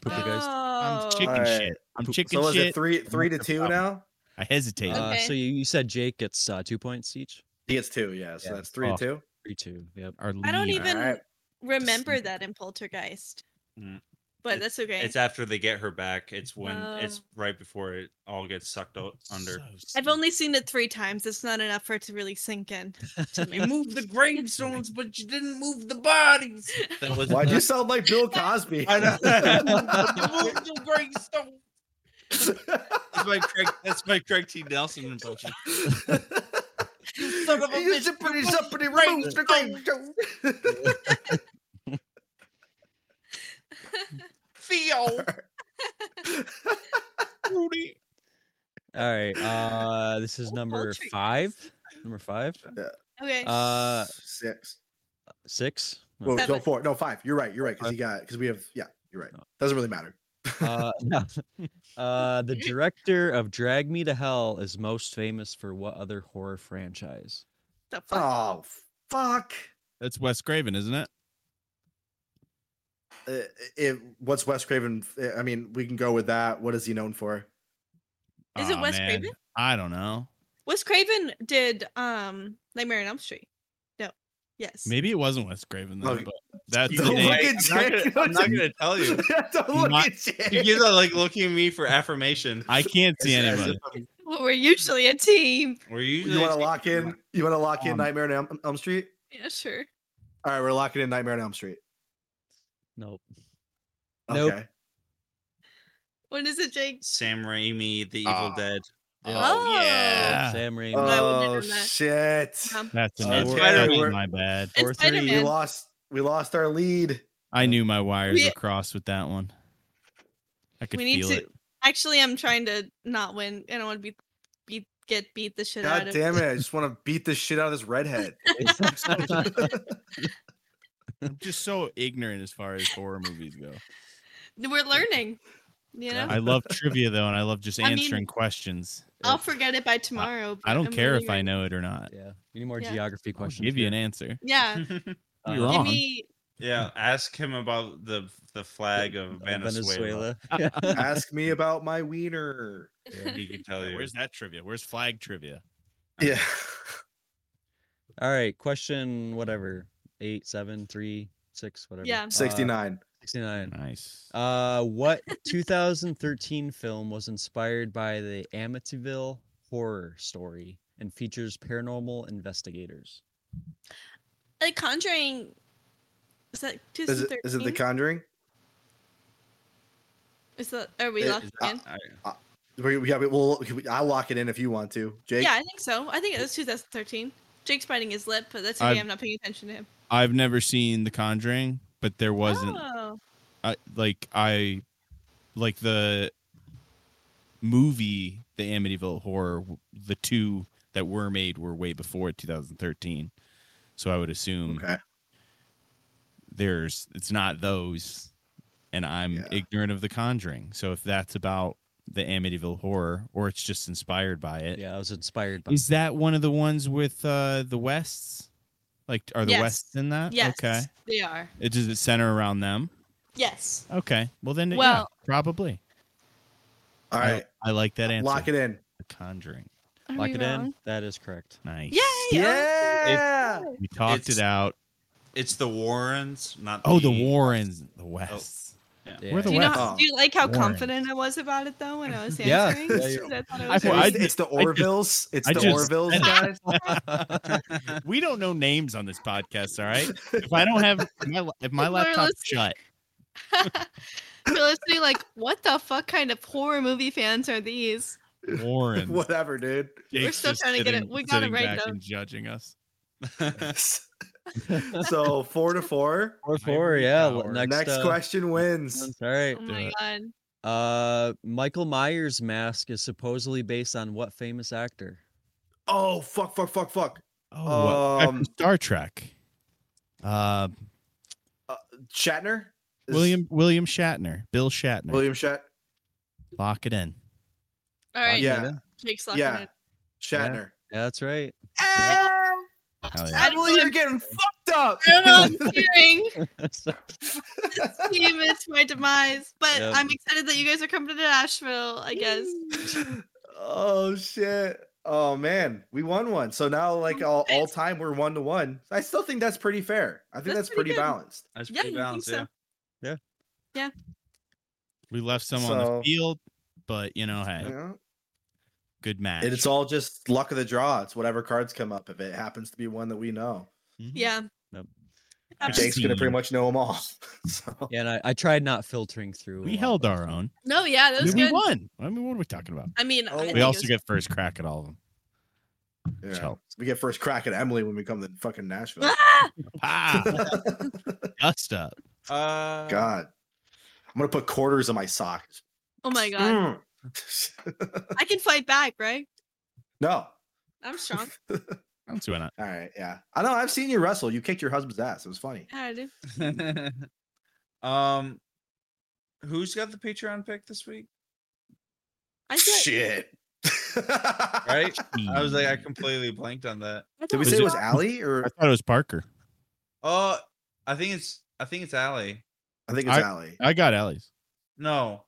Poltergeist.
I'm
Oh.
chicken
Alright.
shit. I'm chicken
so was
shit.
it three three to
What's the
two
problem?
now?
I hesitate.
Uh,
Okay.
so you, you said Jake gets uh, two points each.
He gets two, yeah. So
Yeah.
that's three
Oh.
to two.
Three two. Yep.
Our
I don't
lead.
even
Alright.
remember that in Poltergeist.
Mm.
But that's okay.
It's after they get her back. It's when it's
Oh.
right before it all gets sucked out under.
So
I've only seen it three times. It's not enough for it to really sink in to me.
moved the gravestones, but you didn't move the bodies. That was
Why'd you sound like Bill Cosby?
I know.
know.
the gravestones. That's my Craig. That's my Craig T. Nelson impression.
Son of a bitch, somebody, somebody removed the
Oh.
gravestone.
Rudy.
All right. Uh, this is number
Poltergeist.
five. Number five.
Okay.
Uh,
Six.
six.
Well,
No.
no,
Seven.
four. No, five. You're right. You're right. Because he got. Because we have. Yeah. You're
Oh.
right. Doesn't really matter.
Uh, no. uh, the director of Drag Me to Hell is most famous for what other horror franchise?
the fuck?
Oh fuck.
That's Wes Craven, isn't it?
Uh, it, what's Wes Craven? uh, I mean, we can go with that. What is he known for?
Is it
Aw,
Wes
man.
Craven?
I don't know.
Wes Craven did um Nightmare on Elm Street. No. Yes.
Maybe it wasn't Wes Craven though.
Look,
but that's
don't
the name.
look at
I'm not
Jack.
gonna- I'm not gonna tell you.
Don't look
Not-
at Jack.
You guys are like looking at me for affirmation.
I can't see
As- as
anybody.
if I'm-
Well, we're usually a team.
We're usually
You want to lock in? You want to lock in
Um,
Nightmare on Elm, Elm Street?
Yeah, sure.
All right, we're locking in Nightmare on Elm Street.
Nope.
Okay.
Nope.
What is it, Jake?
Sam Raimi, The Evil
Oh.
Dead.
Oh,
yeah.
Ah. Sam Raimi.
I wouldn't have
Oh
done that.
shit!
Um,
That's
Uh,
enough.
we're-
That
we're-
was my bad.
And
Four, three.
Spider
We
Man.
lost. We lost our lead.
I knew my wires
We-
were crossed with that one. I could
We need
feel
to.
it.
Actually, I'm trying to not win. I don't want to be, be get beat the shit out
God
of.
damn it! I just want to beat the shit out of this redhead.
I'm just so ignorant as far as horror movies go.
We're learning. You know,
I love trivia though, and I love just
I mean-
answering questions.
I'll forget it by tomorrow.
I
but
don't
I'm
care
really
if I
learning.
know it or not.
yeah. We need more
Yeah.
geography
I'll
questions.
give you
here.
an answer.
Hmm.
Yeah,
You're
Uh,
give
wrong.
me.
yeah, ask him about the the flag of Venezuela.
Venezuela.
Ask me about my wiener.
He can tell you.
Where's that trivia? Where's flag trivia?
Yeah. Uh,
All right. Question whatever. Eight, seven, three, six, whatever.
Yeah.
Uh,
69.
69.
Nice.
Uh, what 2013 film was inspired by the Amityville horror story and features paranormal investigators?
The Conjuring. Is that
is, it,
2013?
is it The Conjuring?
Is that? Are we
it-
locked
uh,
in?
We, we, yeah, we, we'll, I'll lock it in if you want to. Jake?
Yeah, I think so. I think it was 2013. Jake's biting his lip, but that's okay.
I've-
I'm not paying attention to him.
I've never seen The Conjuring, but there wasn't
Oh,
I, like I like the movie The Amityville Horror. w- The two that were made were way before 2013, so I would assume
Okay.
there's it's not those, and I'm
Yeah.
ignorant of The Conjuring. So if that's about the Amityville Horror, or it's just inspired by it, Eh, is
Yeah, I was inspired by.
that one of the ones with uh the Wests? Like, are the
Yes.
Wests in that?
yes.
Uh, Okay.
They are.
It does it center around them?
Yes.
Okay. Well, then, yeah,
Well-
probably.
All
I-
right.
I, like that answer.
Lock it in.
The Conjuring.
Are
Lock
we
it
wrong?
in. That is correct.
Nice.
Yay! uh,
Yeah.
We talked
It's-
it out.
It's the Warrens, not
Oh, the Warrens, the West.
Oh.
Yeah.
We're the
Do you, know,
West.
Wow.
do you like how
Warren.
confident I was about it though when I was
Yeah.
answering?
Yeah,
Because I thought it was
I- well,
really-
it's, it's the
I just-
Orvilles. It's
I
the
just
Orvilles,
said
guys.
we don't know names on this podcast, all right? If I don't have if my, if my
People are
laptop's
listening.
shut,
People are listening like, what the fuck kind of horror movie fans are these?
Warren.
Whatever, dude.
We're still trying to get it- we got it right, though.
And judging us.
so four to four.
Four four.
Ivory
Yeah. l-
Tower.
Next,
Next
uh,
question wins.
All right.
Oh my
it.
god.
Uh, Michael Myers' mask is supposedly based on what famous actor?
Oh fuck! Fuck! Fuck! Fuck!
Oh, what-
Um,
Star Trek. Uh,
Shatner. Is
William William Shatner, Bill Shatner.
William Shat.
Lock it in.
All right,
Uh,
Yeah.
Jake's locking
Yeah.
it.
Shatner.
Yeah, that's right.
Hell yeah.
Emily, you're getting fucked up.
volunteering. this team is my demise, but
Yep.
I'm excited that you guys are coming to Nashville. I guess.
oh shit. Oh man, we won one. So now, like
Oh,
all, all time, we're one to one. I still think that's pretty fair. I
That's
think that's,
pretty
pretty,
good.
balanced.
That's
Yeah,
pretty
I think
balanced.
so.
Yeah.
We left some on
So-
the field, but you know, hey,
you know?
good match.
And it's all just luck of the draw. It's whatever cards come up. If it happens to be one that we know,
Mm-hmm.
Yeah.
Yep.
Absolutely.
Jake's gonna pretty much know them all. so,
Yeah, and I, I tried not filtering through.
we held our own.
No, yeah, that
I
was
mean, we
good.
won. I mean, what are we talking about?
I mean, I
Oh, We
think
We
it
also
was-
get first crack at all of them.
yeah.
So-
we get first crack at Emily when we come to fucking Nashville.
Ah!
Ah, dust up.
Uh,
God, I'm gonna put quarters in my socks.
Oh my
Mm.
god, I can fight back, right?
no.
I'm strong.
I don't see why not.
All right. Yeah. I know. I've seen you wrestle. You kicked your husband's ass. It was funny.
Yeah, I do.
um, who's got the Patreon pick this week?
I thought-
Shit.
Right? I was like, I completely blanked on that.
I
Did we
thought
say it was
Scott-
Allie or
I thought it was Parker.
Oh, I think it's I think it's Allie.
I think it's
I-
Allie.
I got Ellie's.
No,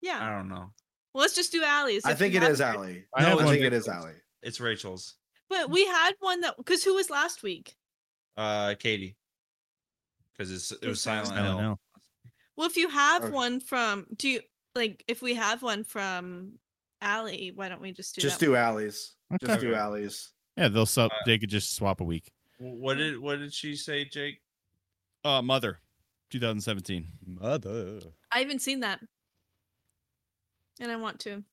Yeah.
I don't know.
Well, let's just do Allie's.
I
if
think
you
it
have
is
her.
Allie.
I
No,
have
I
one.
think it is Allie.
It's Rachel's.
But we had one that because who was last week?
Uh, Katie. Because it's it was
Who's that?
Silent
I don't
Hill.
know.
Well, if you have
Okay.
one from, do you like if we have one from Allie? Why don't we just do
Just
that?
do Allie's. Just
Okay.
do Allie's.
Yeah, they'll sub.
Uh,
they could just swap a week.
Wh- What did what did she say, Jake?
Uh, Mother, 2017.
Mother.
I haven't seen that, and I want to.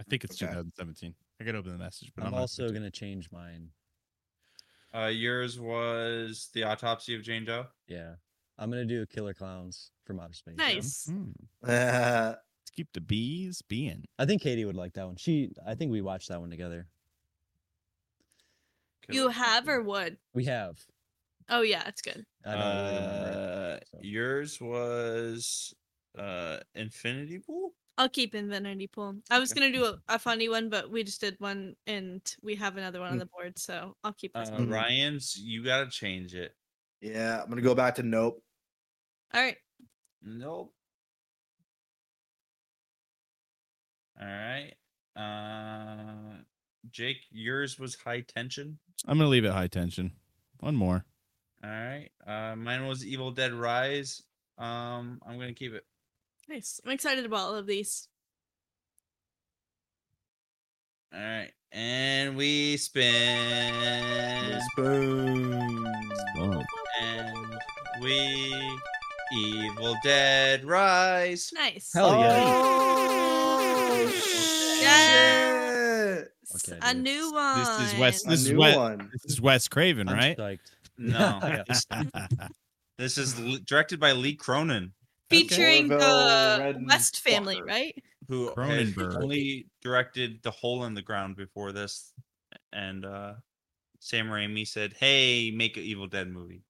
I think it's
Okay.
2017. I gotta open the message, but
I'm
I'm,
also gonna change mine.
Uh, yours was the autopsy of Jane Doe.
Yeah, I'm gonna do Killer Clowns from Outer Space.
Nice.
Hmm.
yeah,
Let's keep the bees being.
I think Katie would like that one. She, I think we watched that one together.
You have or would?
We have.
Oh yeah, it's good.
I don't really remember.
Uh,
so.
yours was uh Infinity Pool.
I'll keep Infinity Pool. I was gonna do a, a funny one, but we just did one, and we have another
Mm.
one on the board, so I'll keep.
Uh,
this
Mm-hmm.
one.
Mhm.
Ryan's, you gotta change it.
I'm gonna go back to nope.
All right.
Nope. All right. Uh, Jake, yours was high tension.
I'm gonna leave it high tension. One more.
All right. Uh, mine was Evil Dead Rise. Um, I'm gonna keep it.
Nice. I'm excited about all of these.
All right, and we spin,
Boom.
Oh,
and we Evil Dead Rise.
Nice.
Hell yeah.
Oh,
Yes.
shit.
S-
Okay,
a
dude.
new one.
This is Wes.
A
This is
new
Wes.
one.
This is Wes Craven,
I'm
right?
psyched.
No,
Yeah.
this is l- directed by Lee Cronin,
Featuring
Orville
the West family,
Redenbacher.
right?
who has
Cronenberg.
only directed The Hole in the Ground before this, and uh, Sam Raimi said, "Hey, make an Evil Dead movie."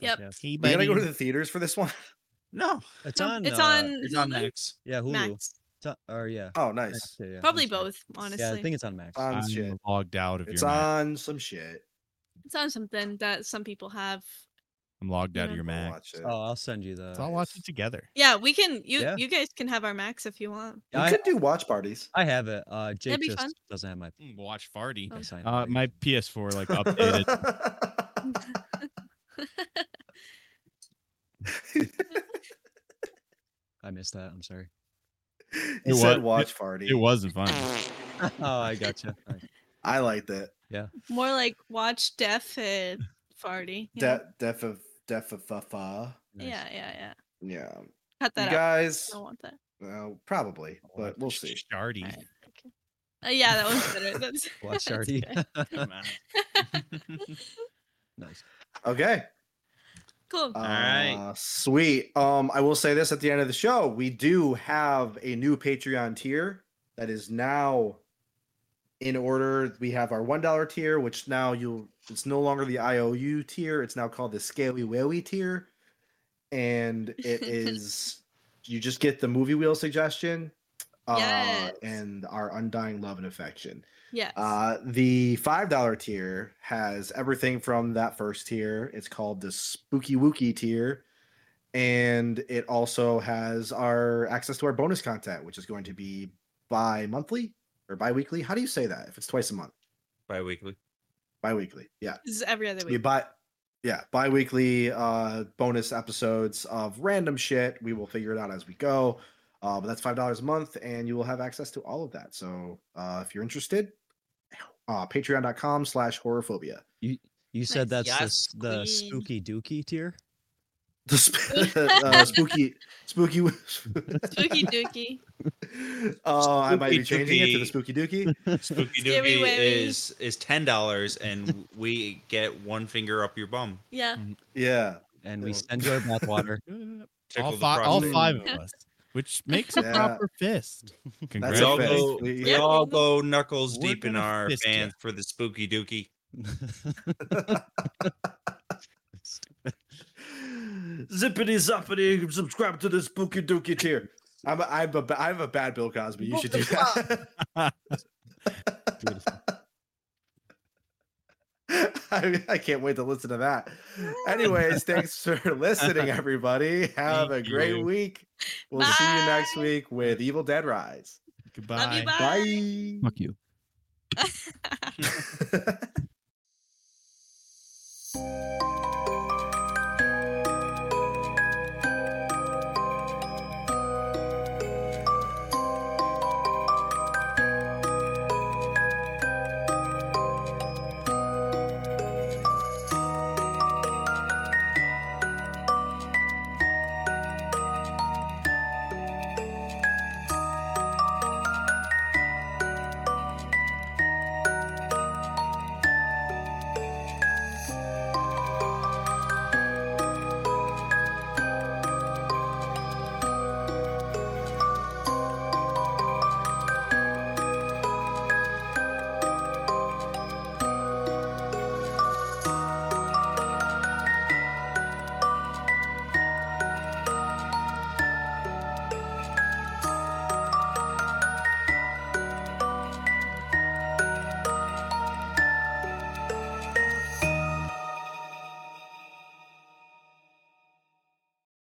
Yep.
Yes.
Hey,
You gotta go to
buddy.
the theaters for this one.
No,
It's
No,
on.
Um, it's
uh,
on,
it's on
Hulu,
Max.
Yeah, Hulu.
Max.
It's on- or yeah.
Oh,
Max,
nice.
yeah, yeah,
Probably
that's right.
both, honestly.
Yeah, I think it's on Max.
On
I'm
shit.
logged out of
It's
your. Mac.
on some shit.
it's on something that some people have.
I'm logged out of
Yeah.
your
I'll
Mac.
watch it.
oh, I'll send you
Let's
the.
all watch it together.
Yeah, we can. You
Yeah.
you guys can have our Max if you want.
we
I,
could do watch parties.
I have it. Uh, Jake
be
just
fun.
doesn't have my.
Watch Farty.
Oh.
sign
Uh,
up.
my PS4 like updated.
I missed that. I'm sorry.
it
It
said
wa-
watch party.
it wasn't fun.
oh, I gotcha.
I liked it.
More like watch deaf and farty. you know?
De- def of def of fa- fa.
Nice.
Yeah, yeah, yeah.
Yeah,
Cut that
you
out.
guys.
I don't want that.
well, probably, but we'll see.
Shardy.
All right, okay. Uh, yeah, that was better. That's,
Watch
that's
Shardy.
good.
nice.
Okay.
Cool.
All
right.
right. Uh, Sweet. Um, I will say this at the end of the show: we do have a new Patreon tier that is now in order. We have our one dollar tier, which now you it's no longer the IOU tier; it's now called the Scaly Whaley tier, and it is you just get the movie wheel suggestion uh,
Yes.
and our undying love and affection.
Yes.
Uh, the five dollar tier has everything from that first tier. It's called the Spooky Wookie tier, and it also has our access to our bonus content, which is going to be bi-monthly or bi-weekly. How do you say that? If it's twice a month,
bi-weekly.
bi-weekly. Yeah,
this is every other
we
week.
buy. Yeah, bi-weekly uh, bonus episodes of random shit. We will figure it out as we go. Uh, but that's five dollars a month, and you will have access to all of that. So uh, if you're interested, uh, patreon.com slash horrorphobia.
You said
Nice.
that's the s-
Yes,
the,
queen.
spooky dookie tier.
The sp- uh, spooky, spooky.
Spooky dookie.
Oh, I might be
Spooky
changing it to the
dookie.
spooky dookie.
Spooky
Scary
Dookie
Whammy.
is is ten dollars, and we get one finger up your bum.
Yeah.
Yeah,
And we
Oh.
send you our bathwater.
all,
Tickle the
fi- all
prostate.
five of us, which makes a
Uh, Yeah.
proper fist.
that's
We
a
all
fist.
go,
We-
we all go knuckles
We're
deep in
gonna
our
fist ya.
pants for the spooky dookie.
Zippity zoppity, subscribe to the spooky dookie tier. I'm a, I'm a, ba- I'm a bad Bill Cosby. You should do that. I, I can't wait to listen to that. Anyways, thanks for listening, everybody. Have
Thank
a great
you.
week. We'll see you next
Bye.
week with Evil Dead Rise.
Goodbye.
Love you. Bye.
Bye.
Fuck you.
Bye.